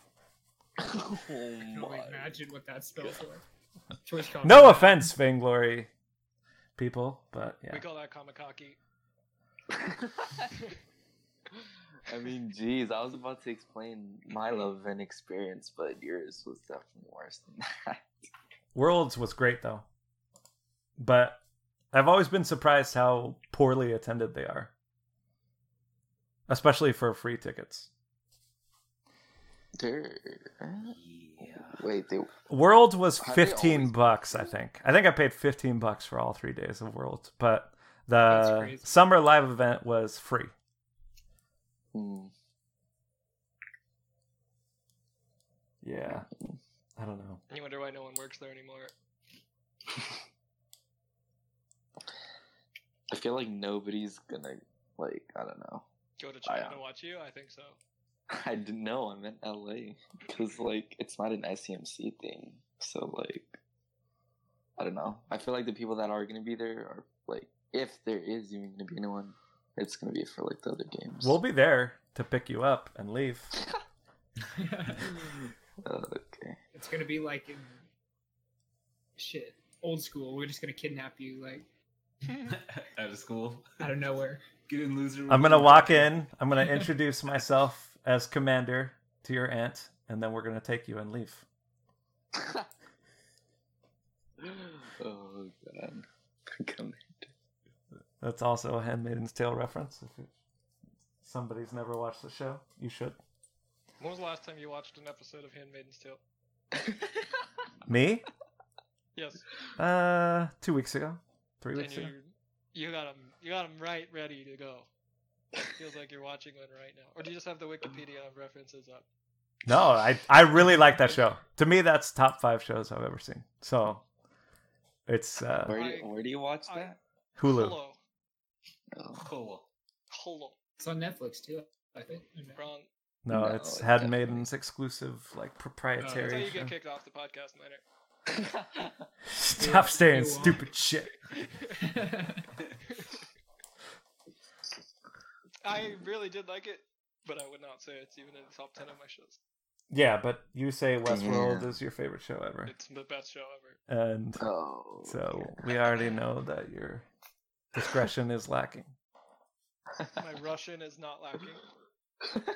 Speaker 5: Oh
Speaker 2: I can only
Speaker 5: my.
Speaker 2: imagine what that spells for. TwitchCon.
Speaker 4: No offense, Vainglory people, but yeah.
Speaker 6: We call that kamikaki.
Speaker 5: I mean, geez, I was about to explain my love and experience, but yours was definitely worse than that.
Speaker 4: Worlds was great though. But I've always been surprised how poorly attended they are. Especially for free tickets.
Speaker 5: Durr.
Speaker 1: yeah.
Speaker 5: Wait, they
Speaker 4: Worlds was
Speaker 5: Have they
Speaker 4: 15
Speaker 5: always-
Speaker 4: bucks, I think. I think I paid 15 bucks for all 3 days of Worlds, but
Speaker 2: That's
Speaker 4: the
Speaker 2: crazy.
Speaker 4: summer live event was free.
Speaker 5: hmm,
Speaker 4: Yeah. I don't know.
Speaker 6: You wonder why no one works there anymore.
Speaker 5: I feel like nobody's gonna like. I don't know.
Speaker 6: Go to
Speaker 5: I,
Speaker 6: China
Speaker 5: uh,
Speaker 6: to watch you? I think so.
Speaker 5: I didn't know I'm in LA because like it's not an SCMC thing. So like, I don't know. I feel like the people that are gonna be there are like, if there is even gonna be anyone, it's gonna be for like the other games.
Speaker 4: We'll be there to pick you up and leave.
Speaker 5: Uh, okay.
Speaker 2: it's gonna be like in shit, old school. We're just gonna kidnap you like
Speaker 1: out of school.
Speaker 2: out of nowhere.
Speaker 1: Get in, loser.
Speaker 4: I'm gonna walk in. I'm gonna introduce myself as commander to your aunt, and then we're gonna take you and leave.
Speaker 5: oh god. Come
Speaker 4: That's also a Handmaiden's Tale reference. If it- somebody's never watched the show, you should.
Speaker 6: When was the last time you watched an episode of Handmaiden's Tale?
Speaker 4: Me?
Speaker 6: Yes.
Speaker 4: Uh, two weeks ago, three
Speaker 6: And
Speaker 4: weeks
Speaker 6: you,
Speaker 4: ago.
Speaker 6: you got them. You got 'em right, ready to go. Feels like you're watching one right now. Or do you just have the Wikipedia references up?
Speaker 4: No, I I really like that show. To me, that's top five shows I've ever seen. So, it's uh,
Speaker 5: Where do you, where do you watch
Speaker 6: I-
Speaker 5: that?
Speaker 4: Hulu.
Speaker 6: Hello.
Speaker 5: Oh.
Speaker 1: Cool.
Speaker 6: Hello.
Speaker 2: It's on Netflix too. I think.
Speaker 6: Wrong.
Speaker 4: No,
Speaker 5: No,
Speaker 4: it's
Speaker 5: definitely.
Speaker 4: Handmaiden's exclusive, like
Speaker 6: That's how
Speaker 4: proprietary.
Speaker 6: you
Speaker 4: show.
Speaker 6: get kicked off the podcast later.
Speaker 4: Stop saying
Speaker 2: You are.
Speaker 4: stupid shit.
Speaker 6: I really did like it, but I would not say it's even in the top 10 of my shows.
Speaker 4: Yeah, but you say Westworld
Speaker 5: Yeah.
Speaker 4: is your favorite show ever,
Speaker 6: It's the best show ever.
Speaker 4: and
Speaker 5: oh.
Speaker 4: so we already know that your discretion is lacking.
Speaker 6: My Russian is not lacking.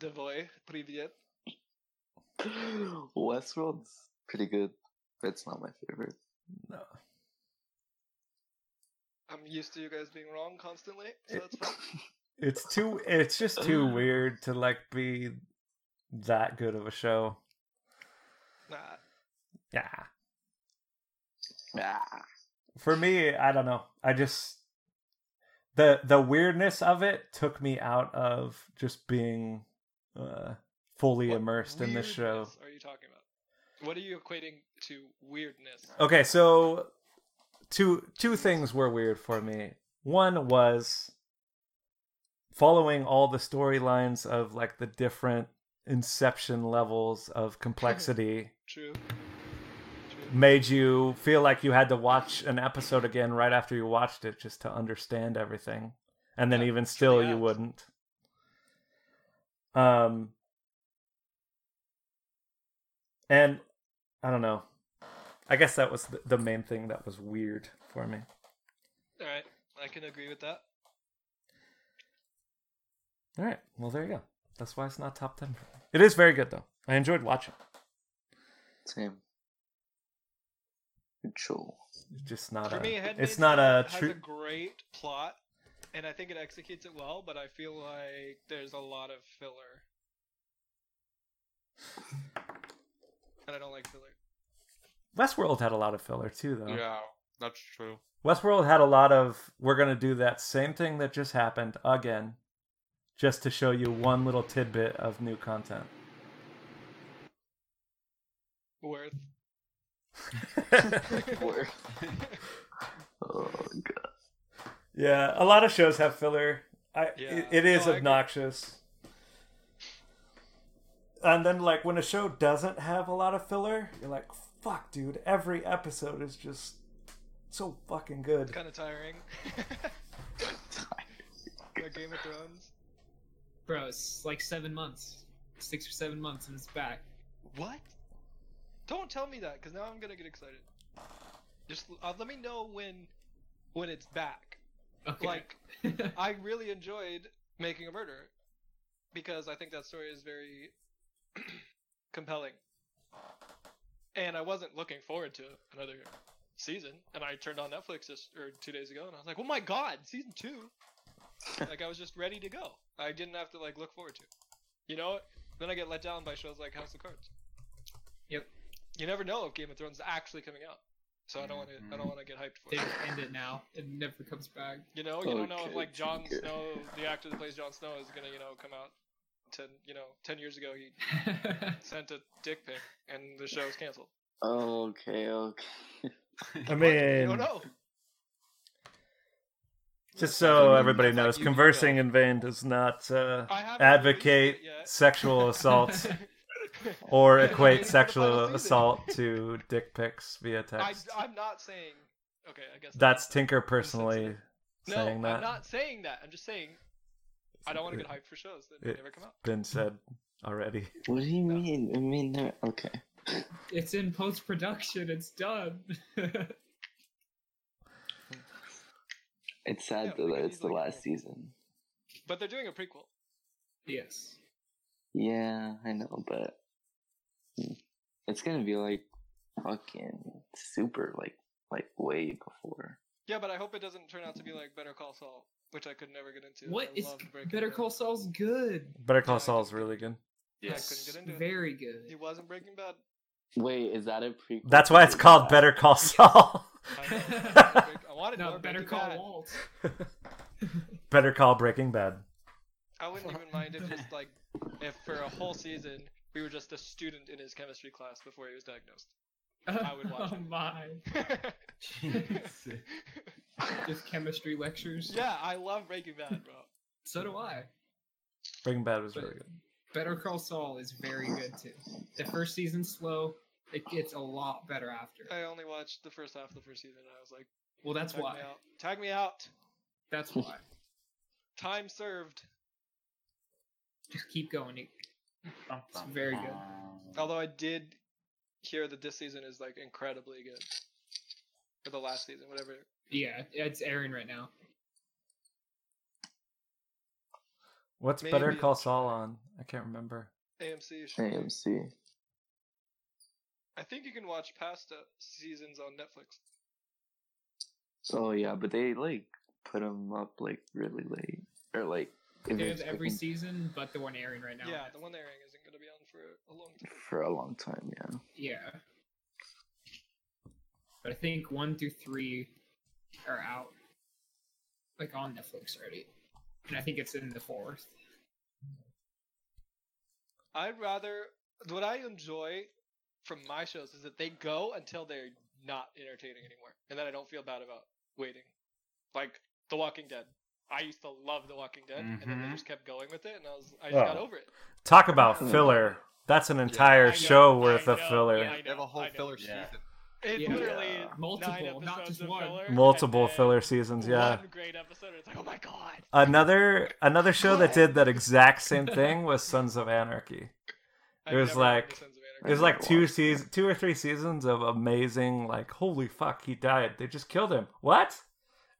Speaker 6: Devoy, привет.
Speaker 5: Westworld's pretty good, but it's not my favorite.
Speaker 4: No,
Speaker 6: I'm used to you guys being wrong constantly, so that's fine.
Speaker 4: it's too. It's just too weird to like be that good of a show.
Speaker 6: Nah,
Speaker 4: Yeah,
Speaker 5: Ah.
Speaker 4: for me, I don't know. I just the the weirdness of it took me out of just being uh, fully
Speaker 6: what
Speaker 4: immersed in this show.
Speaker 6: weirdness Are you talking about? What are you equating to weirdness?
Speaker 4: Okay, so two two things were weird for me. One was following all the storylines of like the different inception levels of
Speaker 6: Mm-hmm.
Speaker 4: complexity
Speaker 6: True. True.
Speaker 4: made you feel like you had to watch an episode again right after you watched it just to understand everything. And then
Speaker 6: Yeah,
Speaker 4: even
Speaker 6: sure
Speaker 4: still you
Speaker 6: adds.
Speaker 4: wouldn't. Um and I don't know. I guess that was the- the main thing that was weird for me. Mm.
Speaker 6: All right, I can agree with that.
Speaker 4: All right. Well, there you go. That's why it's not top 10. for me. It is very good though. I enjoyed watching.
Speaker 5: Same. Joel.
Speaker 4: It's just not
Speaker 6: For
Speaker 4: a.
Speaker 6: me, Handmaid's
Speaker 4: it's not a
Speaker 6: Has
Speaker 4: true.
Speaker 6: a great plot, and I think it executes it well. But I feel like there's a lot of filler, and I don't like filler.
Speaker 4: Westworld had a lot of filler too, though.
Speaker 7: Yeah, that's true.
Speaker 4: Westworld had a lot of we're going to do that same thing that just happened again just to show you one little tidbit of new content.
Speaker 6: Worth.
Speaker 5: Where? oh god.
Speaker 4: yeah, a lot of shows have filler. I
Speaker 6: Yeah.
Speaker 4: it, it is
Speaker 6: No, I agree.
Speaker 4: obnoxious. And then like when a show doesn't have a lot of filler, you're like, "Fuck, dude, every episode is just so fucking good."
Speaker 6: It's kind of tiring. like Game of Thrones.
Speaker 2: Bro, it's like seven months, six or seven months, and it's back.
Speaker 6: What? Don't tell me that, because now I'm gonna get excited. Just uh, let me know when, when it's back.
Speaker 2: Okay.
Speaker 6: Like I really enjoyed making a murder because I think that story is very compelling. And I wasn't looking forward to another season, and I turned on Netflix this, or two days ago, and I was like, "Oh my god, season two! like I was just ready to go. I didn't have to like look forward to. it. You know, then I get let down by shows like House of Cards.
Speaker 2: Yep.
Speaker 6: You never know if Game of Thrones is actually coming out, so I don't want to. I don't want to get hyped for
Speaker 2: Mm-hmm. they
Speaker 6: it.
Speaker 2: just end it now. It never comes back.
Speaker 6: You know, you don't know if
Speaker 5: Okay,
Speaker 6: like Jon
Speaker 5: Tinker.
Speaker 6: Snow, the actor that plays Jon Snow, is gonna you know come out ten you know ten years ago he sent a dick pic and the show's canceled.
Speaker 5: Okay, okay.
Speaker 4: I
Speaker 6: You
Speaker 4: mean,
Speaker 6: don't know.
Speaker 4: just so
Speaker 2: Like,
Speaker 4: everybody
Speaker 6: like,
Speaker 4: knows,
Speaker 6: you-
Speaker 4: conversing in vain does not uh,
Speaker 6: I haven't
Speaker 4: advocate
Speaker 6: released
Speaker 4: sexual assault or
Speaker 6: Yeah, I mean,
Speaker 4: equate
Speaker 6: it's the
Speaker 4: sexual
Speaker 6: final season.
Speaker 4: assault to dick pics via
Speaker 6: it yet.
Speaker 4: text.
Speaker 6: I, am not saying. Okay, I guess
Speaker 4: That's Tinker personally
Speaker 6: insensitive. no,
Speaker 4: saying that.
Speaker 6: I'm not saying that. I'm just saying I don't want to get hyped for shows that
Speaker 4: It-
Speaker 6: never come out.
Speaker 4: Been said already.
Speaker 5: What do you mean? I mean, no. Okay.
Speaker 2: it's in post production. It's done.
Speaker 5: It's
Speaker 6: Yeah,
Speaker 5: sad
Speaker 6: we
Speaker 5: though that
Speaker 6: could
Speaker 5: it's the
Speaker 6: easily get
Speaker 5: last
Speaker 6: it.
Speaker 5: season.
Speaker 6: But they're doing a prequel.
Speaker 2: yes.
Speaker 5: Yeah, I know, but hmm. it's gonna be like fucking super, like like way before.
Speaker 6: Yeah, but I hope it doesn't turn out to be like Better Call Saul, which I could never get into.
Speaker 2: What
Speaker 6: I
Speaker 2: is
Speaker 6: loved Breaking
Speaker 2: Better
Speaker 6: Bad.
Speaker 2: Call Saul's good?
Speaker 4: Better Call Saul is really good.
Speaker 6: I
Speaker 2: Yes,
Speaker 6: couldn't get into it.
Speaker 2: very
Speaker 6: He
Speaker 2: good.
Speaker 6: wasn't Breaking Bad.
Speaker 5: Wait, is that a prequel?
Speaker 4: That's why it's called Better Call Saul.
Speaker 6: I, know. I wanted more
Speaker 2: No, Better
Speaker 6: Breaking
Speaker 2: Call
Speaker 6: Bad.
Speaker 2: Walt.
Speaker 4: Better Call Breaking Bad.
Speaker 6: I wouldn't even mind if just like if for a whole season we were just a student in his chemistry class before he was diagnosed. I would watch
Speaker 2: oh
Speaker 6: it.
Speaker 2: my!
Speaker 1: Jesus.
Speaker 2: Just chemistry lectures.
Speaker 6: yeah, I love Breaking Bad, bro.
Speaker 2: So do I.
Speaker 4: Breaking Bad was
Speaker 2: But
Speaker 4: really good.
Speaker 2: Better Call Saul is very good too. The first season's slow. It gets a lot better after.
Speaker 6: I only watched the first half of the first season and I was like,
Speaker 2: Well, that's
Speaker 6: tag
Speaker 2: why.
Speaker 6: me out. Tag me out.
Speaker 2: That's why.
Speaker 6: Time served.
Speaker 2: Just keep going. It- It's very good.
Speaker 6: Although I did hear that this season is like incredibly good. Or the last season, whatever.
Speaker 2: Yeah, it's airing right now.
Speaker 4: What's
Speaker 6: Maybe
Speaker 4: Better
Speaker 6: I'll
Speaker 4: Call Saul on? I can't remember.
Speaker 6: AMC show.
Speaker 5: AMC.
Speaker 6: I think you can watch past uh, seasons on Netflix.
Speaker 5: Oh yeah, but they like put them up like really late, or like if
Speaker 2: There's
Speaker 5: it's
Speaker 2: every
Speaker 5: fucking-
Speaker 2: season, but the one airing right now.
Speaker 6: yeah, the one they're airing isn't going to be on for a long time.
Speaker 5: for a long time. Yeah.
Speaker 2: Yeah. But I think one through three are out, like on Netflix already, and I think it's in the fourth.
Speaker 6: I'd rather what I enjoy from my shows is that they go until they're not entertaining anymore, and then I don't feel bad about waiting. Like The Walking Dead, I used to love The Walking Dead, and
Speaker 4: Mm-hmm.
Speaker 6: then they
Speaker 1: Mhm.
Speaker 6: just kept going with it, and I was I just got
Speaker 4: Oh.
Speaker 6: over it.
Speaker 4: Talk about
Speaker 5: Hmm.
Speaker 4: filler. That's an entire
Speaker 6: I know,
Speaker 4: show
Speaker 6: I
Speaker 4: worth of
Speaker 6: know,
Speaker 4: filler.
Speaker 6: yeah, I
Speaker 7: They have
Speaker 6: know,
Speaker 7: a whole
Speaker 6: I know.
Speaker 7: filler
Speaker 1: Yeah.
Speaker 7: season.
Speaker 6: It's
Speaker 2: Yeah.
Speaker 6: literally
Speaker 5: Yeah.
Speaker 6: nine
Speaker 2: Multiple,
Speaker 6: episodes
Speaker 2: not just
Speaker 6: of
Speaker 2: one.
Speaker 6: filler, and
Speaker 4: Multiple
Speaker 6: then
Speaker 4: filler seasons, yeah.
Speaker 6: One great episode. It's like, oh my god.
Speaker 4: Another another show that did that exact same thing was Sons of Anarchy.
Speaker 6: I've
Speaker 4: was
Speaker 6: never heard
Speaker 4: like-
Speaker 6: of Sons of Anarchy.
Speaker 4: It was
Speaker 5: never
Speaker 4: like two
Speaker 5: watched that.
Speaker 4: seasons, two or three seasons of amazing, like holy fuck, he died. They just killed him. What?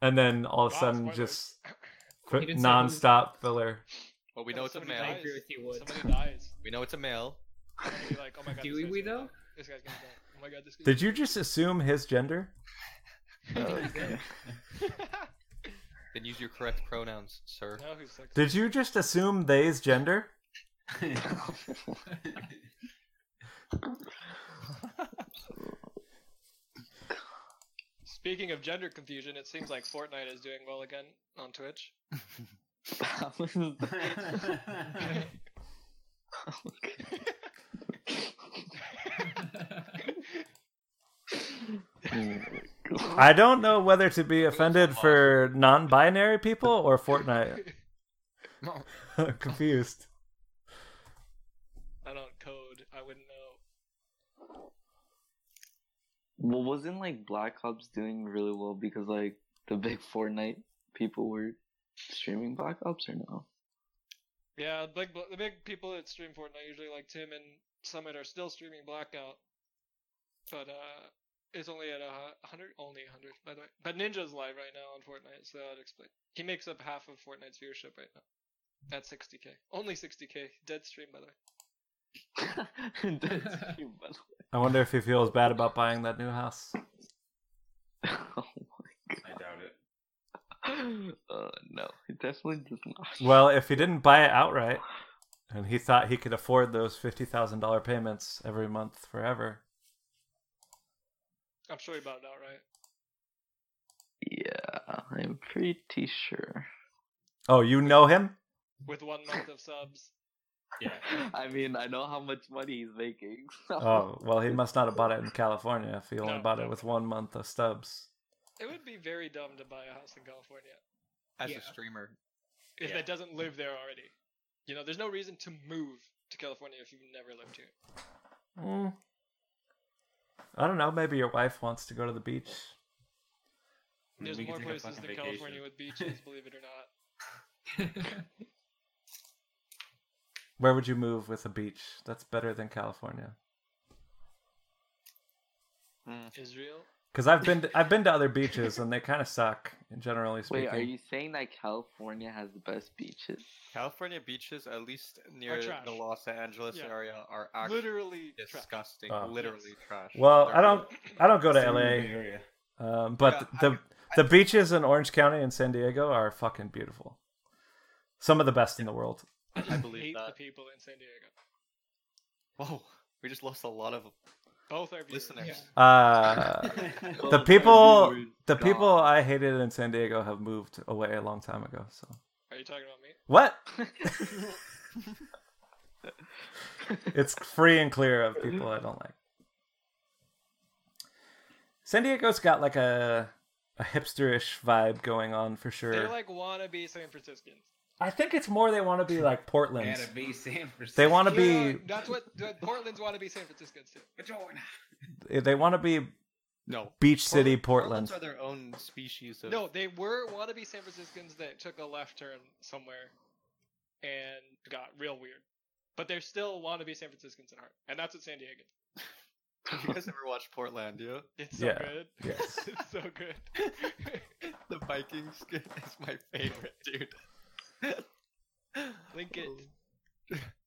Speaker 4: And then all of a
Speaker 6: Wow,
Speaker 4: sudden,
Speaker 6: spoilers.
Speaker 4: just
Speaker 2: He
Speaker 4: qu-
Speaker 2: didn't say who-
Speaker 4: non-stop filler.
Speaker 7: Well, we know it's a
Speaker 6: Somebody
Speaker 2: I
Speaker 7: male.
Speaker 6: dies.
Speaker 2: agree with you, Wood.
Speaker 6: Somebody dies.
Speaker 7: We know it's a male.
Speaker 6: And you're like, oh my god.
Speaker 2: Do
Speaker 6: this
Speaker 2: we
Speaker 6: guy's
Speaker 2: we
Speaker 6: gonna
Speaker 2: though?
Speaker 6: die. This guy's gonna die. Oh my god, this.
Speaker 4: Did you just assume his gender?
Speaker 5: Okay.
Speaker 7: Then use your correct pronouns, sir.
Speaker 6: now who's sexy?
Speaker 4: Did you just assume they's gender?
Speaker 6: Speaking of gender confusion, it seems like Fortnite is doing well again on Twitch.
Speaker 5: How is that?
Speaker 4: I don't know whether to be offended for non-binary people or Fortnite.
Speaker 7: No.
Speaker 4: I'm confused.
Speaker 6: I don't code. I wouldn't know.
Speaker 5: well, wasn't like Black Ops doing really well because like the big Fortnite people were streaming Black Ops or no?
Speaker 6: Yeah, the big the big people that stream Fortnite usually like Tim and Summit are still streaming Blackout, but uh, it's only at a hu- hundred, only a hundred by the way. But Ninja's live right now on Fortnite, so that would explain. He makes up half of Fortnite's viewership right now. At 60k, only 60k. Dead stream by the way.
Speaker 5: That's you, by
Speaker 4: I wonder if he feels bad about buying that new house.
Speaker 5: the way.
Speaker 1: I doubt it.
Speaker 5: uh, no, it definitely does not.
Speaker 4: Well, if he didn't buy it outright, and he thought he could afford those fifty thousand dollar payments every month forever,
Speaker 6: I'm sure he bought it outright.
Speaker 5: Yeah, I'm pretty sure.
Speaker 4: oh, you know him?
Speaker 6: With one month of subs,
Speaker 1: Yeah.
Speaker 5: I mean, I know how much money he's making. so-
Speaker 4: Oh, well, he must not have bought it in California if he only
Speaker 6: No,
Speaker 4: bought
Speaker 6: no.
Speaker 4: it with one month of stubs.
Speaker 6: it would be very dumb to buy a house in California
Speaker 7: As
Speaker 2: Yeah.
Speaker 7: a streamer,
Speaker 6: if
Speaker 1: Yeah.
Speaker 6: that doesn't live there already. You know, there's no reason to move to California if you've never lived here.
Speaker 4: Mm. I don't know. Maybe your wife wants to go to the beach.
Speaker 6: There's
Speaker 1: We could
Speaker 6: more
Speaker 1: take a
Speaker 6: places
Speaker 1: fucking
Speaker 6: than
Speaker 1: vacation.
Speaker 6: California with beaches, believe it or not.
Speaker 4: Where would you move with a beach? That's better than California.
Speaker 6: Israel?
Speaker 4: Because I've been to, I've been to other beaches and they kind of suck, generally speaking.
Speaker 5: Wait, are you saying that California has the best beaches?
Speaker 7: California beaches, at least near
Speaker 6: trash.
Speaker 7: the Los Angeles
Speaker 6: Yeah.
Speaker 7: area, are actually
Speaker 6: Literally trash.
Speaker 7: disgusting.
Speaker 4: Oh.
Speaker 7: Literally trash.
Speaker 4: Well,
Speaker 7: They're
Speaker 4: I don't
Speaker 7: really-
Speaker 4: I don't go
Speaker 1: Same in the Bay
Speaker 4: to
Speaker 1: Area.
Speaker 4: LA, um, but
Speaker 7: Yeah, I-
Speaker 4: the the beaches in Orange County and San Diego are fucking beautiful. Some of the best in the world.
Speaker 6: I just
Speaker 7: believe
Speaker 6: hate the
Speaker 7: that.
Speaker 6: people in San Diego.
Speaker 7: Whoa, we just lost a lot of
Speaker 6: Both are viewers.
Speaker 7: listeners.
Speaker 2: Yeah.
Speaker 4: Uh, the people the people I hated in San Diego have moved away a long time ago. So
Speaker 6: Are you talking about me?
Speaker 4: what? it's free and clear of people I don't like. San Diego's got like a a hipsterish vibe going on for sure.
Speaker 6: They're like wannabe San Franciscans.
Speaker 4: I think it's more they want to be like Portland.
Speaker 1: Gotta be San Francisco.
Speaker 4: They want to
Speaker 6: Yeah,
Speaker 4: be
Speaker 6: that's what the Portland's wannabe San Franciscans do.
Speaker 4: they want to be
Speaker 7: No.
Speaker 4: beach city Portland.
Speaker 7: Portlands are their own species of.
Speaker 6: No, they were wannabe San Franciscans that took a left turn somewhere and got real weird. But they're still wannabe San Franciscans at heart. And that's what San Diego.
Speaker 7: you guys ever watched Portland? Yeah.
Speaker 6: It's so
Speaker 4: Yeah.
Speaker 6: good.
Speaker 4: Yes.
Speaker 6: it's so good.
Speaker 7: The Viking skin is my favorite, dude.
Speaker 6: Link it.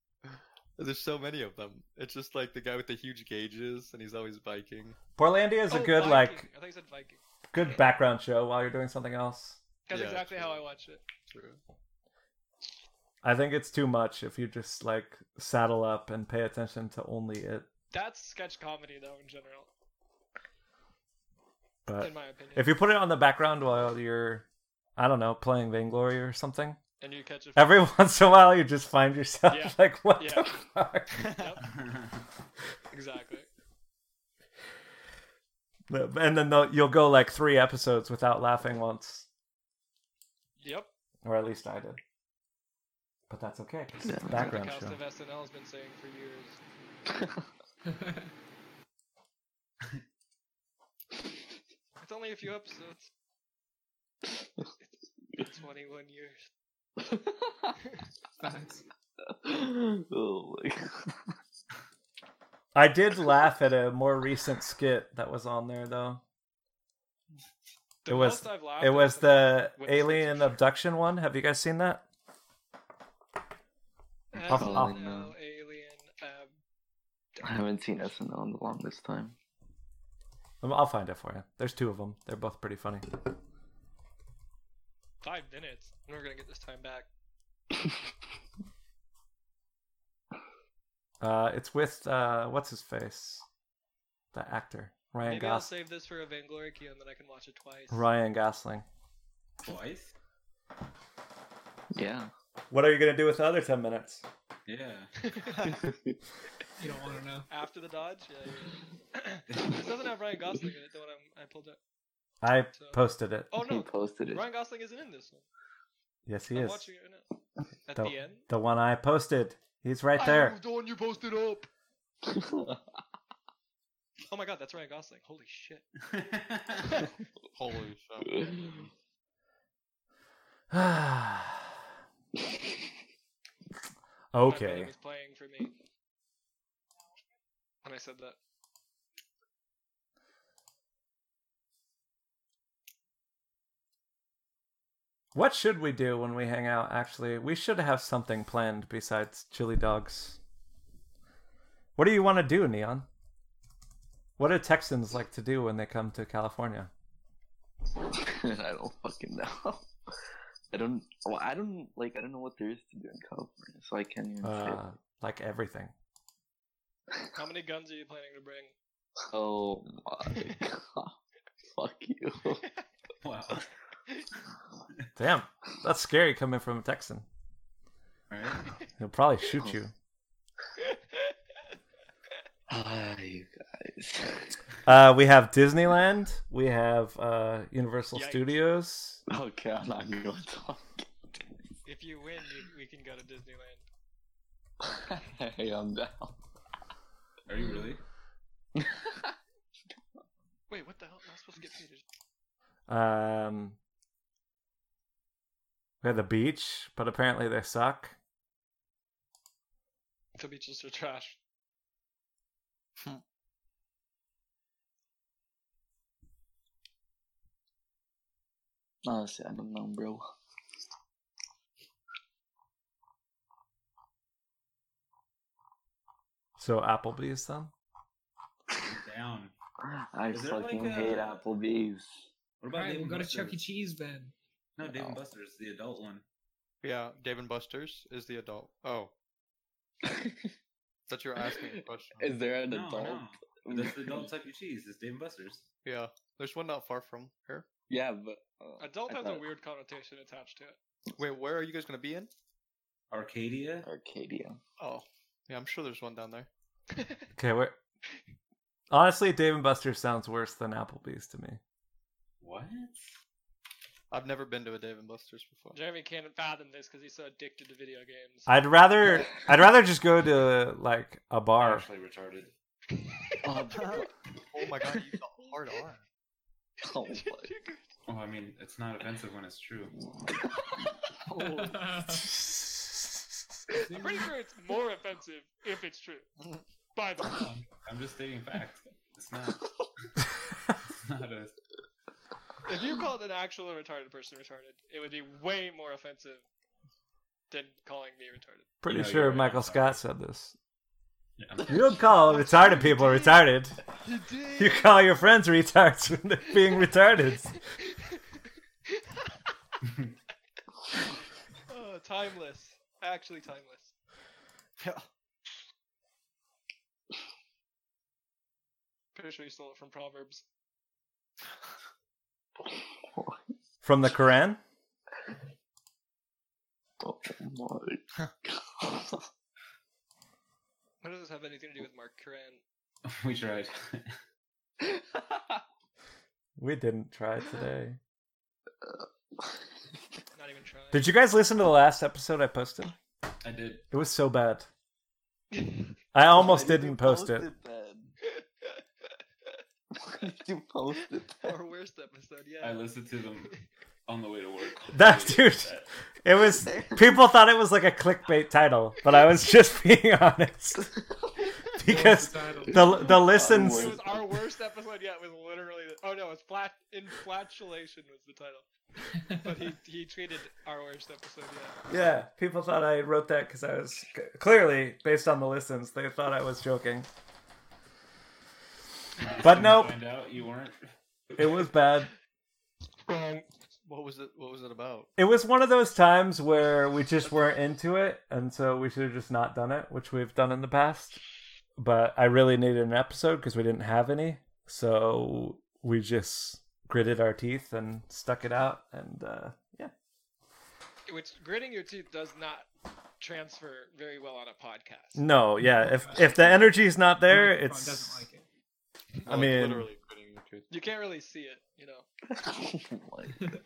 Speaker 7: There's so many of them. It's just like the guy with the huge gauges, and he's always biking.
Speaker 4: Portlandia is a
Speaker 6: Oh,
Speaker 4: good
Speaker 6: Viking.
Speaker 4: like
Speaker 6: I thought you said Viking.
Speaker 4: good background show while you're doing something else.
Speaker 6: That's
Speaker 7: Yeah,
Speaker 6: exactly how
Speaker 7: true.
Speaker 6: I watched it.
Speaker 7: True.
Speaker 4: I think it's too much if you just like saddle up and pay attention to only it.
Speaker 6: That's sketch comedy though in general,
Speaker 4: But
Speaker 6: in my opinion.
Speaker 4: Uh, if you put it on the background while you're I don't know, playing Vainglory or something.
Speaker 6: and you catch a
Speaker 4: Every once in a while you just find yourself
Speaker 6: Yeah.
Speaker 4: like what
Speaker 6: Yeah.
Speaker 4: the fuck?
Speaker 6: Yep, exactly.
Speaker 4: and then they'll- you'll go like 3 episodes without laughing once.
Speaker 6: Yep.
Speaker 4: Or at least I did. But that's okay. 'cause It's a
Speaker 5: Yeah.
Speaker 6: That's what
Speaker 4: background
Speaker 6: the cast
Speaker 4: show.
Speaker 6: of SNL has been saying for years. It's only a few episodes. It's 21 years.
Speaker 2: Facts.
Speaker 5: oh my god.
Speaker 4: I did laugh at a more recent skit that was on there though.
Speaker 6: The
Speaker 4: It was-
Speaker 6: most I've laughed
Speaker 4: It
Speaker 6: at
Speaker 4: was
Speaker 6: some-
Speaker 4: the
Speaker 6: With the
Speaker 4: alien
Speaker 6: censorship.
Speaker 4: abduction one. Have you guys seen that?
Speaker 6: SNL
Speaker 4: Oh,
Speaker 5: no.
Speaker 6: alien uh, um,
Speaker 5: I haven't seen SNL in the longest time.
Speaker 4: Um, I'll find it for you. There's two of them. They're both pretty funny.
Speaker 6: Five minutes. We're gonna get this time back.
Speaker 4: Uh, it's with uh, what's his face, the actor Ryan
Speaker 6: Maybe I'll
Speaker 4: Gos-
Speaker 6: save this for a Vainglory queue and then I can watch it twice.
Speaker 4: Ryan Gosling.
Speaker 1: Twice?
Speaker 5: Yeah.
Speaker 4: What are you gonna do with the other ten minutes?
Speaker 1: Yeah.
Speaker 2: You don't want to know.
Speaker 6: After the dodge? Yeah, yeah. this doesn't have Ryan Gosling in it, the one I'm, I pulled up.
Speaker 4: I
Speaker 6: So.
Speaker 4: posted it.
Speaker 6: Oh
Speaker 5: He
Speaker 6: no,
Speaker 5: posted it.
Speaker 6: Ryan Gosling isn't in this one.
Speaker 4: Yes, he
Speaker 6: I'm
Speaker 4: is.
Speaker 6: watching it right now. At
Speaker 4: Don't-
Speaker 6: the end?
Speaker 4: The one I posted. He's right there.
Speaker 6: on, you posted up. Oh my god, that's Ryan Gosling. Holy shit.
Speaker 7: Holy shit.
Speaker 5: Wait,
Speaker 6: My
Speaker 4: okay.
Speaker 6: brain was playing for me. When I said that.
Speaker 4: What should we do when we hang out? Actually, we should have something planned besides chili dogs. What do you want to do, Neon? What do Texans like to do when they come to California?
Speaker 5: I don't fucking know. I don't. Well, I don't like. I don't know what there is to do in California, so I can't even.
Speaker 4: Uh, like everything.
Speaker 6: How many guns are you planning to bring?
Speaker 5: say. Oh my god! Fuck you.
Speaker 1: wow.
Speaker 4: Damn, that's scary coming from a Texan.
Speaker 1: Right?
Speaker 4: He'll probably shoot you.
Speaker 5: Ah, you guys.
Speaker 4: Uh, we have Disneyland. We have uh, Universal
Speaker 6: Yikes.
Speaker 4: Studios.
Speaker 5: Okay, I'm not gonna go talk.
Speaker 6: if you win, you, we can go to Disneyland.
Speaker 5: hey, I'm down.
Speaker 1: Are you really?
Speaker 6: Wait, what the hell? Am I supposed to get muted?
Speaker 4: Um, we had the beach, but apparently they suck.
Speaker 6: The beaches are trash.
Speaker 5: Honestly, I don't know, bro.
Speaker 4: So Applebee's then.
Speaker 1: Down.
Speaker 5: I
Speaker 1: Is there, like,
Speaker 5: fucking
Speaker 1: a-
Speaker 5: hate Applebee's.
Speaker 1: What
Speaker 2: All
Speaker 1: about
Speaker 2: right,
Speaker 1: Dave
Speaker 2: we'll
Speaker 1: and
Speaker 2: go to
Speaker 1: Buster's?
Speaker 2: Chuck E. Cheese then.
Speaker 1: No, Dave and
Speaker 5: No.
Speaker 1: Buster's, the adult one.
Speaker 7: Yeah, Dave and Buster's is the adult. Oh, that you're asking a question.
Speaker 5: Is there an
Speaker 1: No,
Speaker 5: adult?
Speaker 1: no. That's the adult Chuck E. Cheese. It's Dave and Buster's.
Speaker 7: Yeah, there's one not far from here.
Speaker 5: yeah, but uh,
Speaker 6: Adult
Speaker 5: I
Speaker 6: has a
Speaker 5: thought-
Speaker 6: weird connotation attached to it.
Speaker 7: Wait, where are you guys gonna be in?
Speaker 1: Arcadia.
Speaker 5: Arcadia.
Speaker 7: Oh, yeah, I'm sure there's one down there.
Speaker 4: Okay, we're honestly Dave and Buster's sounds worse than Applebee's to me.
Speaker 1: What?
Speaker 7: I've never been to a Dave and Buster's before.
Speaker 6: Jeremy can't fathom this because he's so addicted to video games.
Speaker 4: I'd rather I'd rather just go to like a bar.
Speaker 1: Actually retarded.
Speaker 5: Oh, bro.
Speaker 7: oh my god, you got hard on.
Speaker 5: oh
Speaker 1: Well, I mean, it's not offensive when it's true.
Speaker 2: Oh.
Speaker 5: my.
Speaker 6: I'm pretty sure it's more offensive if it's true. By the law.
Speaker 1: I'm just stating facts. It's not. it's not a.
Speaker 6: If you called an actual retarded person retarded, it would be way more offensive than calling me retarded.
Speaker 4: Pretty
Speaker 1: No,
Speaker 4: sure
Speaker 1: you're right,
Speaker 4: Michael
Speaker 1: I'm sorry.
Speaker 4: Scott said this.
Speaker 1: Yeah, I'm-
Speaker 4: You don't call retarded people retarded.
Speaker 6: He did.
Speaker 4: You call your friends retards when they're being retarded.
Speaker 6: Oh, timeless. Actually, timeless.
Speaker 7: Yeah.
Speaker 6: Pretty sure you stole it from Proverbs.
Speaker 4: From the Quran?
Speaker 5: Oh my. God.
Speaker 6: What does this have anything to do with Mark Curran?
Speaker 1: we tried.
Speaker 4: We didn't try today.
Speaker 6: Not even trying.
Speaker 4: Did you guys listen to the last episode I posted?
Speaker 1: I did.
Speaker 4: It was so bad. I almost
Speaker 5: Why did
Speaker 4: didn't
Speaker 5: you
Speaker 4: post it.
Speaker 5: then? Why did you post it? then?
Speaker 6: Our worst episode, yeah.
Speaker 1: I listened to them on the way to work.
Speaker 4: That dude. It was people thought it was like a clickbait title, but I was just being honest because the the
Speaker 6: it
Speaker 4: listens.
Speaker 6: was our worst episode yet. Was literally the, oh no, it's flat inflatulation was the title, but he he treated our worst episode yet.
Speaker 4: Yeah, people thought I wrote that because I was clearly based on the listens. They thought I was joking, But nope.
Speaker 1: Find out you weren't.
Speaker 4: It was bad.
Speaker 6: Wrong.
Speaker 7: What was it? What was it about?
Speaker 4: It was one of those times where we just weren't into it, and so we should have just not done it, which we've done in the past. But I really needed an episode because we didn't have any, so we just gritted our teeth and stuck it out. And uh, yeah,
Speaker 6: Which gritting your teeth does not transfer very well on a podcast.
Speaker 4: no, yeah. If if the energy's not there,
Speaker 2: Microphone
Speaker 4: it's
Speaker 2: doesn't like it.
Speaker 4: I mean-
Speaker 7: literally quitting your truth.
Speaker 6: You can't really see it, you know.
Speaker 5: Like,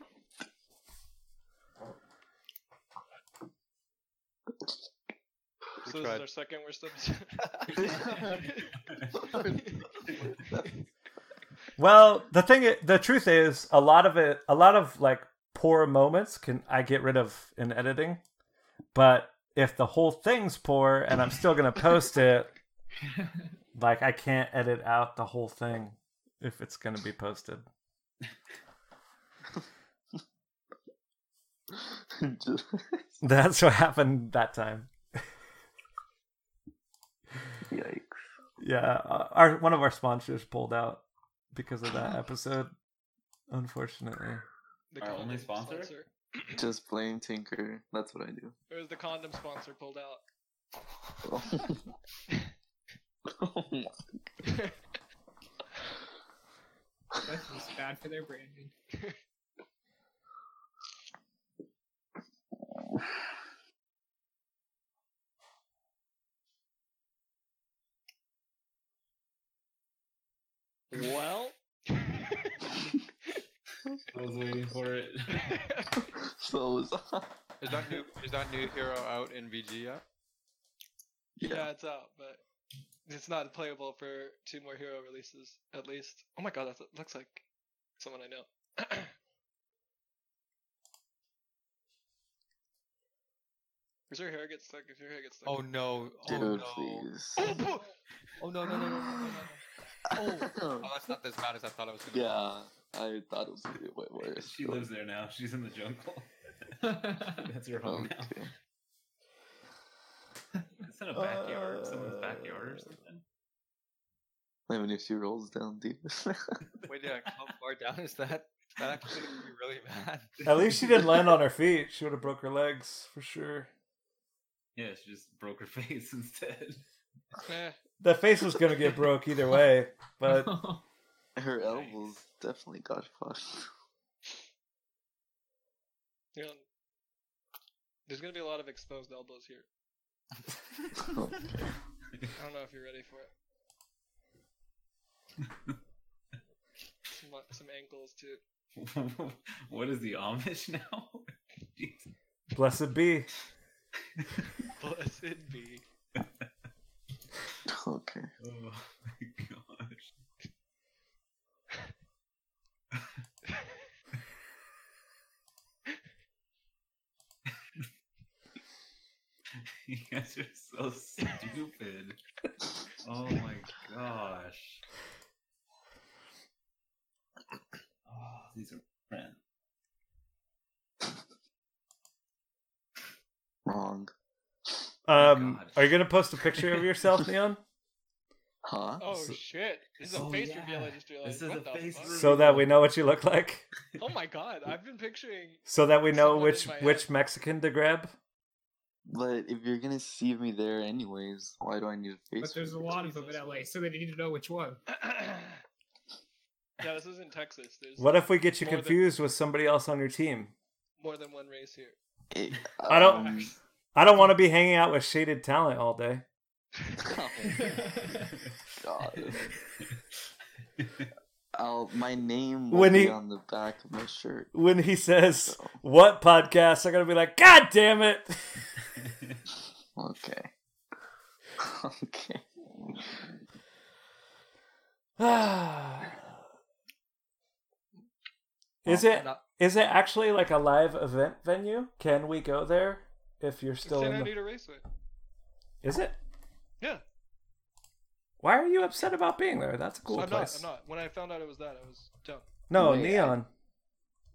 Speaker 7: We
Speaker 6: so this
Speaker 7: tried.
Speaker 6: is our second worst episode.
Speaker 4: Well, the thing, i- the truth is, a lot of it, a lot of like poor moments can I get rid of in editing, but if the whole thing's poor and I'm still gonna post it, like I can't edit out the whole thing if it's gonna be posted.
Speaker 5: just-
Speaker 4: That's what happened that time.
Speaker 5: yikes.
Speaker 4: Yeah, uh, our one of our sponsors pulled out because of that episode. Unfortunately,
Speaker 6: The
Speaker 1: Our only
Speaker 6: condom
Speaker 1: sponsor?
Speaker 5: Just blame Tinker. That's what I do.
Speaker 6: It was the condom sponsor pulled out.
Speaker 5: oh my
Speaker 2: That's just bad for their branding.
Speaker 6: Well,
Speaker 1: I was waiting for it.
Speaker 5: so was I.
Speaker 7: Is that new? Is that new hero out in VG yet?
Speaker 6: yeah, it's out, but it's not playable for two more hero releases at least. Oh my god, that looks like someone I know. Does your hair get stuck? If your hair gets stuck.
Speaker 7: Oh no! Oh
Speaker 5: Dude,
Speaker 7: no!
Speaker 5: please.
Speaker 6: Oh, bo-
Speaker 7: Oh no! No! No! No! no, no, no. Oh, that's not as bad as I thought it was gonna
Speaker 5: yeah, I thought it was gonna be way worse.
Speaker 1: She lives there now. She's in the jungle. That's her home now.
Speaker 5: Okay.
Speaker 1: It's in a backyard, someone's backyard or something.
Speaker 5: I mean, if she rolls down deep.
Speaker 7: be. Wait, yeah, how far down is that? That actually would be really bad.
Speaker 4: at least she didn't land on her feet. She would have broke her legs for sure.
Speaker 1: Yeah, she just broke her face instead.
Speaker 6: eh,
Speaker 4: The face was gonna get broke either way, but
Speaker 5: Her
Speaker 1: Nice.
Speaker 5: elbows definitely got fucked.
Speaker 6: you know, there's gonna be a lot of exposed elbows here. I don't know if you're ready for it. some, some ankles too.
Speaker 1: what is the Amish now? Jeez.
Speaker 4: blessed be.
Speaker 6: Blessed be.
Speaker 5: okay.
Speaker 1: Oh my gosh. you guys are so stupid. Oh my gosh. Oh, these are friends.
Speaker 5: Wrong.
Speaker 4: Um,
Speaker 1: God.
Speaker 4: are you gonna post a picture of yourself, Neon,
Speaker 5: Huh?
Speaker 6: Oh
Speaker 4: So-
Speaker 6: shit! This is a
Speaker 1: Oh,
Speaker 6: face
Speaker 1: yeah.
Speaker 6: reveal. I just realized.
Speaker 1: is
Speaker 6: what
Speaker 1: a
Speaker 6: the
Speaker 1: face
Speaker 6: fuck?
Speaker 1: reveal.
Speaker 4: so that we know what you look like,
Speaker 6: Oh my god! I've been picturing.
Speaker 4: so that we know
Speaker 6: Someone
Speaker 4: which
Speaker 6: in my
Speaker 4: which
Speaker 6: head.
Speaker 4: Mexican to grab?
Speaker 5: But if you're gonna see me there anyways, why do I need a face?
Speaker 2: but there's a lot of them in LA, so they need to know which one.
Speaker 6: yeah, this isn't Texas. There's
Speaker 4: What if we get you
Speaker 6: More than-
Speaker 4: confused with somebally else on your team?
Speaker 6: more than one race here.
Speaker 5: Eh,
Speaker 4: I don't-
Speaker 5: um,
Speaker 4: I don't want to be hanging out with shaded talent all day.
Speaker 5: oh God. I'll, my name will
Speaker 4: When
Speaker 5: be
Speaker 4: he-
Speaker 5: on the back of my shirt.
Speaker 4: When he says
Speaker 5: So
Speaker 4: what podcast, I'm gonna be like, God damn it!
Speaker 5: okay, okay.
Speaker 4: is
Speaker 7: Oh,
Speaker 4: it
Speaker 7: not-
Speaker 4: is it actually like a live event venue? Can we go there if you're
Speaker 6: Still
Speaker 4: still
Speaker 6: San
Speaker 4: in the?
Speaker 6: Anita Raceway.
Speaker 4: Is it?
Speaker 6: Yeah.
Speaker 4: Why are you upset about being there? That's a cool
Speaker 6: I'm
Speaker 4: place.
Speaker 6: not. I'm not. When I found out it was that, I was dumb.
Speaker 4: No,
Speaker 5: Wait, I-
Speaker 4: neon.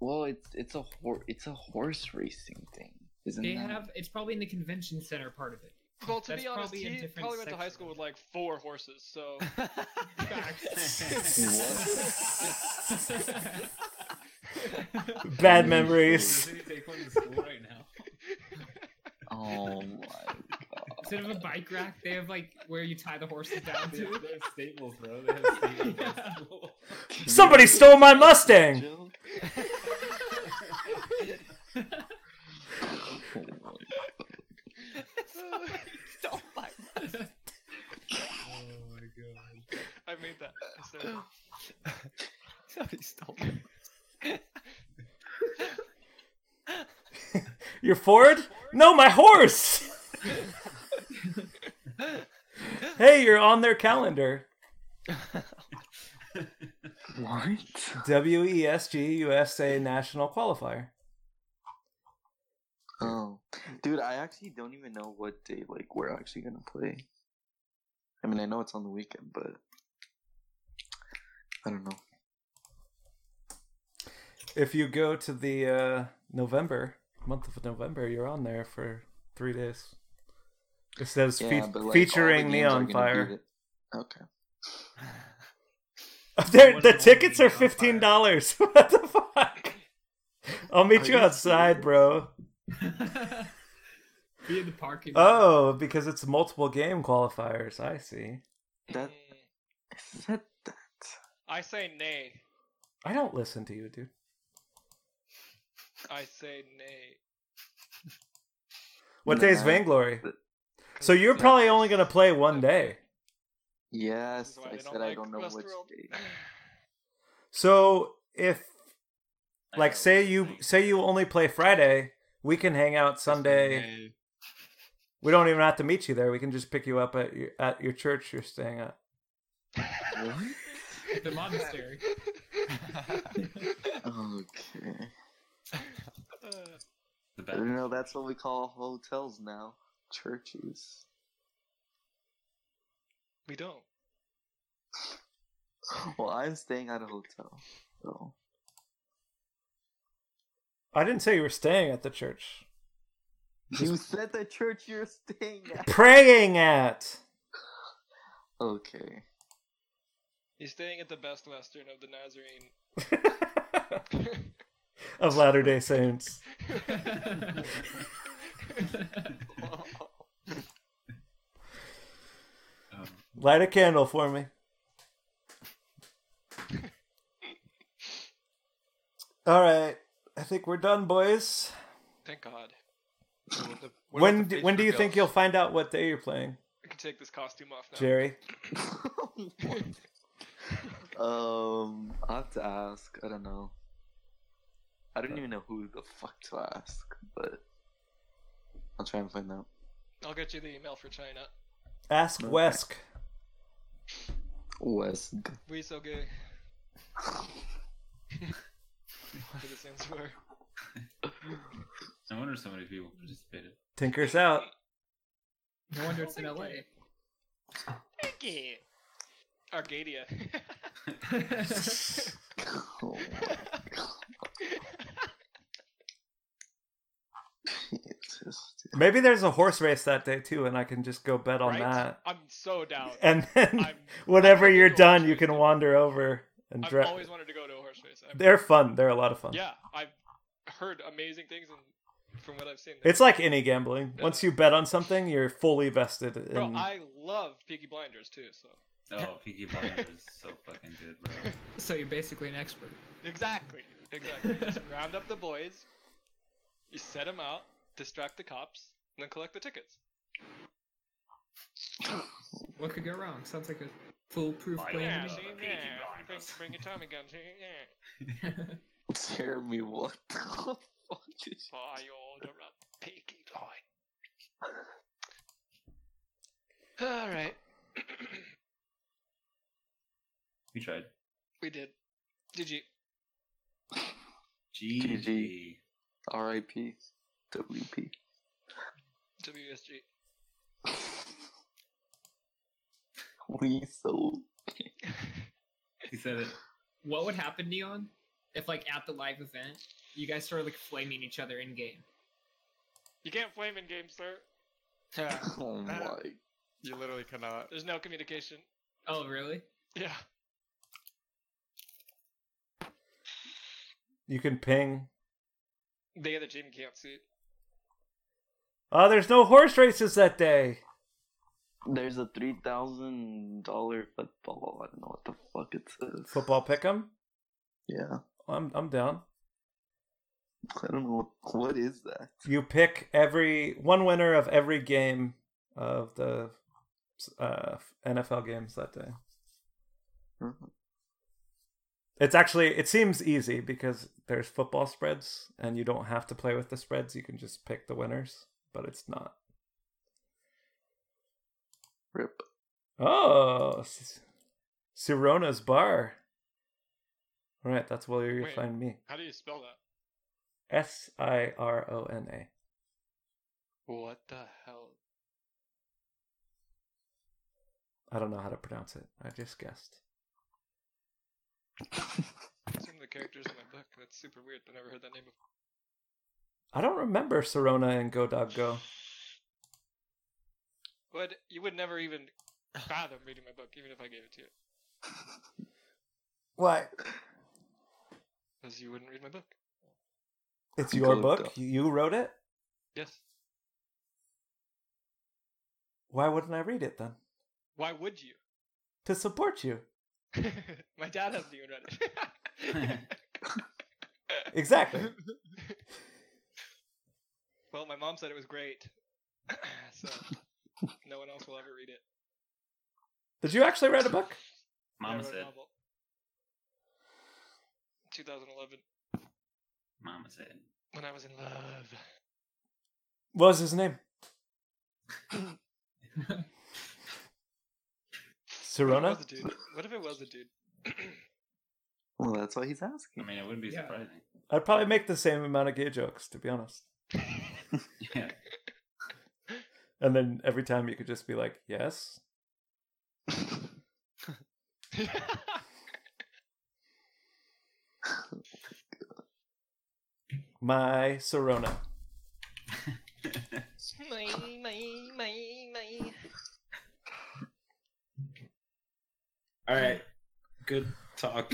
Speaker 5: Well, it's it's a hor- it's a horse racing thing, isn't
Speaker 2: They
Speaker 5: it? uh,
Speaker 2: have it's probably in the convention center part of it.
Speaker 6: Well, to
Speaker 2: That's
Speaker 6: be honest,
Speaker 2: probably a
Speaker 6: he
Speaker 2: different
Speaker 6: probably went to high
Speaker 2: section.
Speaker 6: school with like four horses, so
Speaker 4: Bad memories.
Speaker 1: Does he take one to school right now?
Speaker 5: Oh my
Speaker 2: Instead of a bike rack, they have like where you tie the horses down
Speaker 1: They
Speaker 2: to.
Speaker 1: have staples, bro. They have staples.
Speaker 2: Yeah.
Speaker 4: Somebody stole my Mustang.
Speaker 5: Joe?
Speaker 6: I made that. So,
Speaker 7: Somebody stole
Speaker 4: You're Ford? No, my horse. hey, you're on their calendar.
Speaker 5: What?
Speaker 4: E WESG USA National Qualifier.
Speaker 5: Oh, dude, I actually don't even know what day like we're actually gonna play. I mean, I know it's on the weekend, but I don't know.
Speaker 4: If you go to the uh, November month of November, you're on there for three days. It says
Speaker 5: Yeah,
Speaker 4: feat-
Speaker 5: but, like, all the
Speaker 4: featuring
Speaker 5: games are
Speaker 4: Neon
Speaker 5: gonna be
Speaker 4: Fire.
Speaker 5: the- Okay.
Speaker 4: They're-
Speaker 2: One
Speaker 4: the
Speaker 2: of them
Speaker 4: tickets
Speaker 2: will
Speaker 4: are
Speaker 2: be Neon Fire.
Speaker 4: fifteen dollars. what the fuck? I'll meet
Speaker 5: Are
Speaker 4: you
Speaker 5: you
Speaker 4: outside,
Speaker 5: serious?
Speaker 4: bro.
Speaker 2: Be in the parking. lot.
Speaker 4: Oh, because it's multiple game qualifiers. I see.
Speaker 5: That
Speaker 6: mm,
Speaker 5: is that that.
Speaker 6: I say nay.
Speaker 4: I don't listen to you, dude.
Speaker 6: I say nay.
Speaker 4: What day is
Speaker 5: Nah.
Speaker 4: Vainglory? So you're probably only gonna play one day.
Speaker 5: Yes,
Speaker 6: why
Speaker 5: I
Speaker 6: they
Speaker 5: said
Speaker 6: don't
Speaker 5: I
Speaker 6: like
Speaker 5: don't know which
Speaker 6: Westworld.
Speaker 5: day.
Speaker 4: So if
Speaker 1: I
Speaker 4: like
Speaker 1: know,
Speaker 4: say you
Speaker 1: like,
Speaker 4: say you only play Friday, we can hang out Sunday. We don't even have to meet you there. We can just pick you up at your, at your church you're staying at.
Speaker 6: Oh.
Speaker 2: the monastery.
Speaker 5: Okay.
Speaker 6: Uh,
Speaker 1: the
Speaker 5: I
Speaker 1: back.
Speaker 5: don't know. That's what we call hotels now. Churches.
Speaker 6: we don't.
Speaker 5: Well, I'm staying at a hotel. So.
Speaker 4: I didn't say you were staying at the church.
Speaker 5: You said the church you're staying at.
Speaker 4: Praying at.
Speaker 5: Okay.
Speaker 6: He's staying at the Best Western of the Nazarene.
Speaker 4: of Latter Day Saints.
Speaker 1: Um,
Speaker 4: Light a candle for me. All right, I think we're done, boys.
Speaker 6: Thank God.
Speaker 4: when do, when do you think you'll find out what day you're playing,
Speaker 6: We can take this costume off now.
Speaker 4: Jerry?
Speaker 5: um, I have to ask. I don't know. I don't even know who the fuck to ask, but I'll try and find out.
Speaker 6: I'll get you the email for China.
Speaker 4: Ask
Speaker 5: Okay.
Speaker 4: Wesk.
Speaker 5: West.
Speaker 6: We so gay. Whatever this stands for.
Speaker 1: no wonder so many people participated.
Speaker 4: Tinker's out.
Speaker 2: No wonder it's in LA.
Speaker 6: Arcadia.
Speaker 5: Oh my Jesus. dude.
Speaker 4: Maybe there's a horse race that day too, and I can just go bet on
Speaker 6: right?
Speaker 4: that.
Speaker 6: I'm so down.
Speaker 4: And then
Speaker 6: I'm,
Speaker 4: whenever
Speaker 6: I'm
Speaker 4: you're
Speaker 6: into horse
Speaker 4: done, you can
Speaker 6: racing.
Speaker 4: wander over and
Speaker 6: I've
Speaker 4: dra-
Speaker 6: always wanted to go to a horse race. I've-
Speaker 4: They're fun. They're a lot of fun.
Speaker 6: yeah, I've heard amazing things and from what I've seen.
Speaker 4: It's like any gambling.
Speaker 6: Yeah.
Speaker 4: Once you bet on something, you're fully vested. In...
Speaker 6: Bro, I love Peaky Blinders too, so.
Speaker 1: Oh, Peaky Blinders is so fucking good, bro.
Speaker 2: So you're basically an expert.
Speaker 6: Exactly. Exactly. Just round up the boys, you set them out, distract the cops, and then collect the tickets.
Speaker 2: What could go wrong? Sounds like a foolproof
Speaker 1: Why
Speaker 2: plan.
Speaker 1: not?
Speaker 2: to me.
Speaker 1: Peaky
Speaker 6: Yeah, bring,
Speaker 1: Blinders.
Speaker 6: bring your Tommy guns. Yeah.
Speaker 5: Jeremy, what the fuck is
Speaker 6: Wild or a piggy line. All right,
Speaker 1: We tried.
Speaker 6: we did. Did you?
Speaker 1: GG.
Speaker 5: R.I.P. W.P.
Speaker 6: WSG.
Speaker 5: We so
Speaker 1: He said it.
Speaker 2: What would happen, Neon, if like at the live event you guys started like flaming each other in game?
Speaker 6: You can't flame in game, sir. Yeah.
Speaker 5: I'm like,
Speaker 7: You literally cannot.
Speaker 6: There's no communication.
Speaker 2: Oh, really?
Speaker 6: Yeah.
Speaker 4: You can ping.
Speaker 6: The other team can't see. it.
Speaker 4: Oh, there's no horse races that day.
Speaker 5: there's a three thousand dollar football. I don't know what the fuck it says.
Speaker 4: Football pick'em.
Speaker 5: Yeah,
Speaker 4: I'm I'm down.
Speaker 5: I don't know what, what is that.
Speaker 4: You pick every one winner of every game of the uh, NFL games that day.
Speaker 5: Mhm.
Speaker 4: It's actually it seems easy because there's football spreads and you don't have to play with the spreads. You can just pick the winners, but it's not.
Speaker 5: Rip.
Speaker 4: Oh, S- Sirona's bar. All right, that's where you
Speaker 6: Wait.
Speaker 4: find me.
Speaker 6: How do you spell that?
Speaker 4: S I R O N A.
Speaker 6: What the hell?
Speaker 4: I don't know how to pronounce it. I just guessed.
Speaker 6: Some of the characters in my book. That's super weird. I never heard that name before.
Speaker 4: I don't remember Serona and Go Dog Go.
Speaker 6: But you would never even fathom reading my book, even if I gave it to you,
Speaker 4: Why?
Speaker 6: because you wouldn't read my book.
Speaker 4: It's your
Speaker 5: Go
Speaker 4: book.
Speaker 5: Dog.
Speaker 4: You wrote it.
Speaker 6: Yes.
Speaker 4: Why wouldn't I read it then?
Speaker 6: Why would you?
Speaker 4: To support you.
Speaker 6: my dad hasn't even read it.
Speaker 4: Exactly.
Speaker 6: well, my mom said it was great, so no one else will ever read it.
Speaker 4: Did you actually write a book?
Speaker 6: I
Speaker 1: Mama
Speaker 6: wrote a
Speaker 1: said.
Speaker 6: novel. 2011,
Speaker 1: Mama said.
Speaker 6: when I was in love.
Speaker 4: What was his name?
Speaker 6: What if it
Speaker 4: Serona?
Speaker 6: was a dude? What if it was a dude?
Speaker 5: Well, that's why he's
Speaker 1: I
Speaker 5: asking.
Speaker 1: mean, it wouldn't be
Speaker 2: Yeah.
Speaker 1: surprising.
Speaker 4: I'd probably make the same amount of gay jokes, to be honest.
Speaker 1: Yeah.
Speaker 4: And then every time you could just be like, yes. My Serona.
Speaker 6: my, my, my, my.
Speaker 1: All right. Good talk.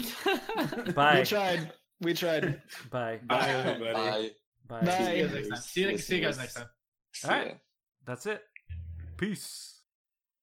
Speaker 4: Bye.
Speaker 8: We tried. We tried.
Speaker 4: Bye.
Speaker 1: Bye, everybody.
Speaker 5: Bye.
Speaker 4: Bye.
Speaker 8: Bye.
Speaker 2: See you guys next time.
Speaker 4: All right. That's it. Peace.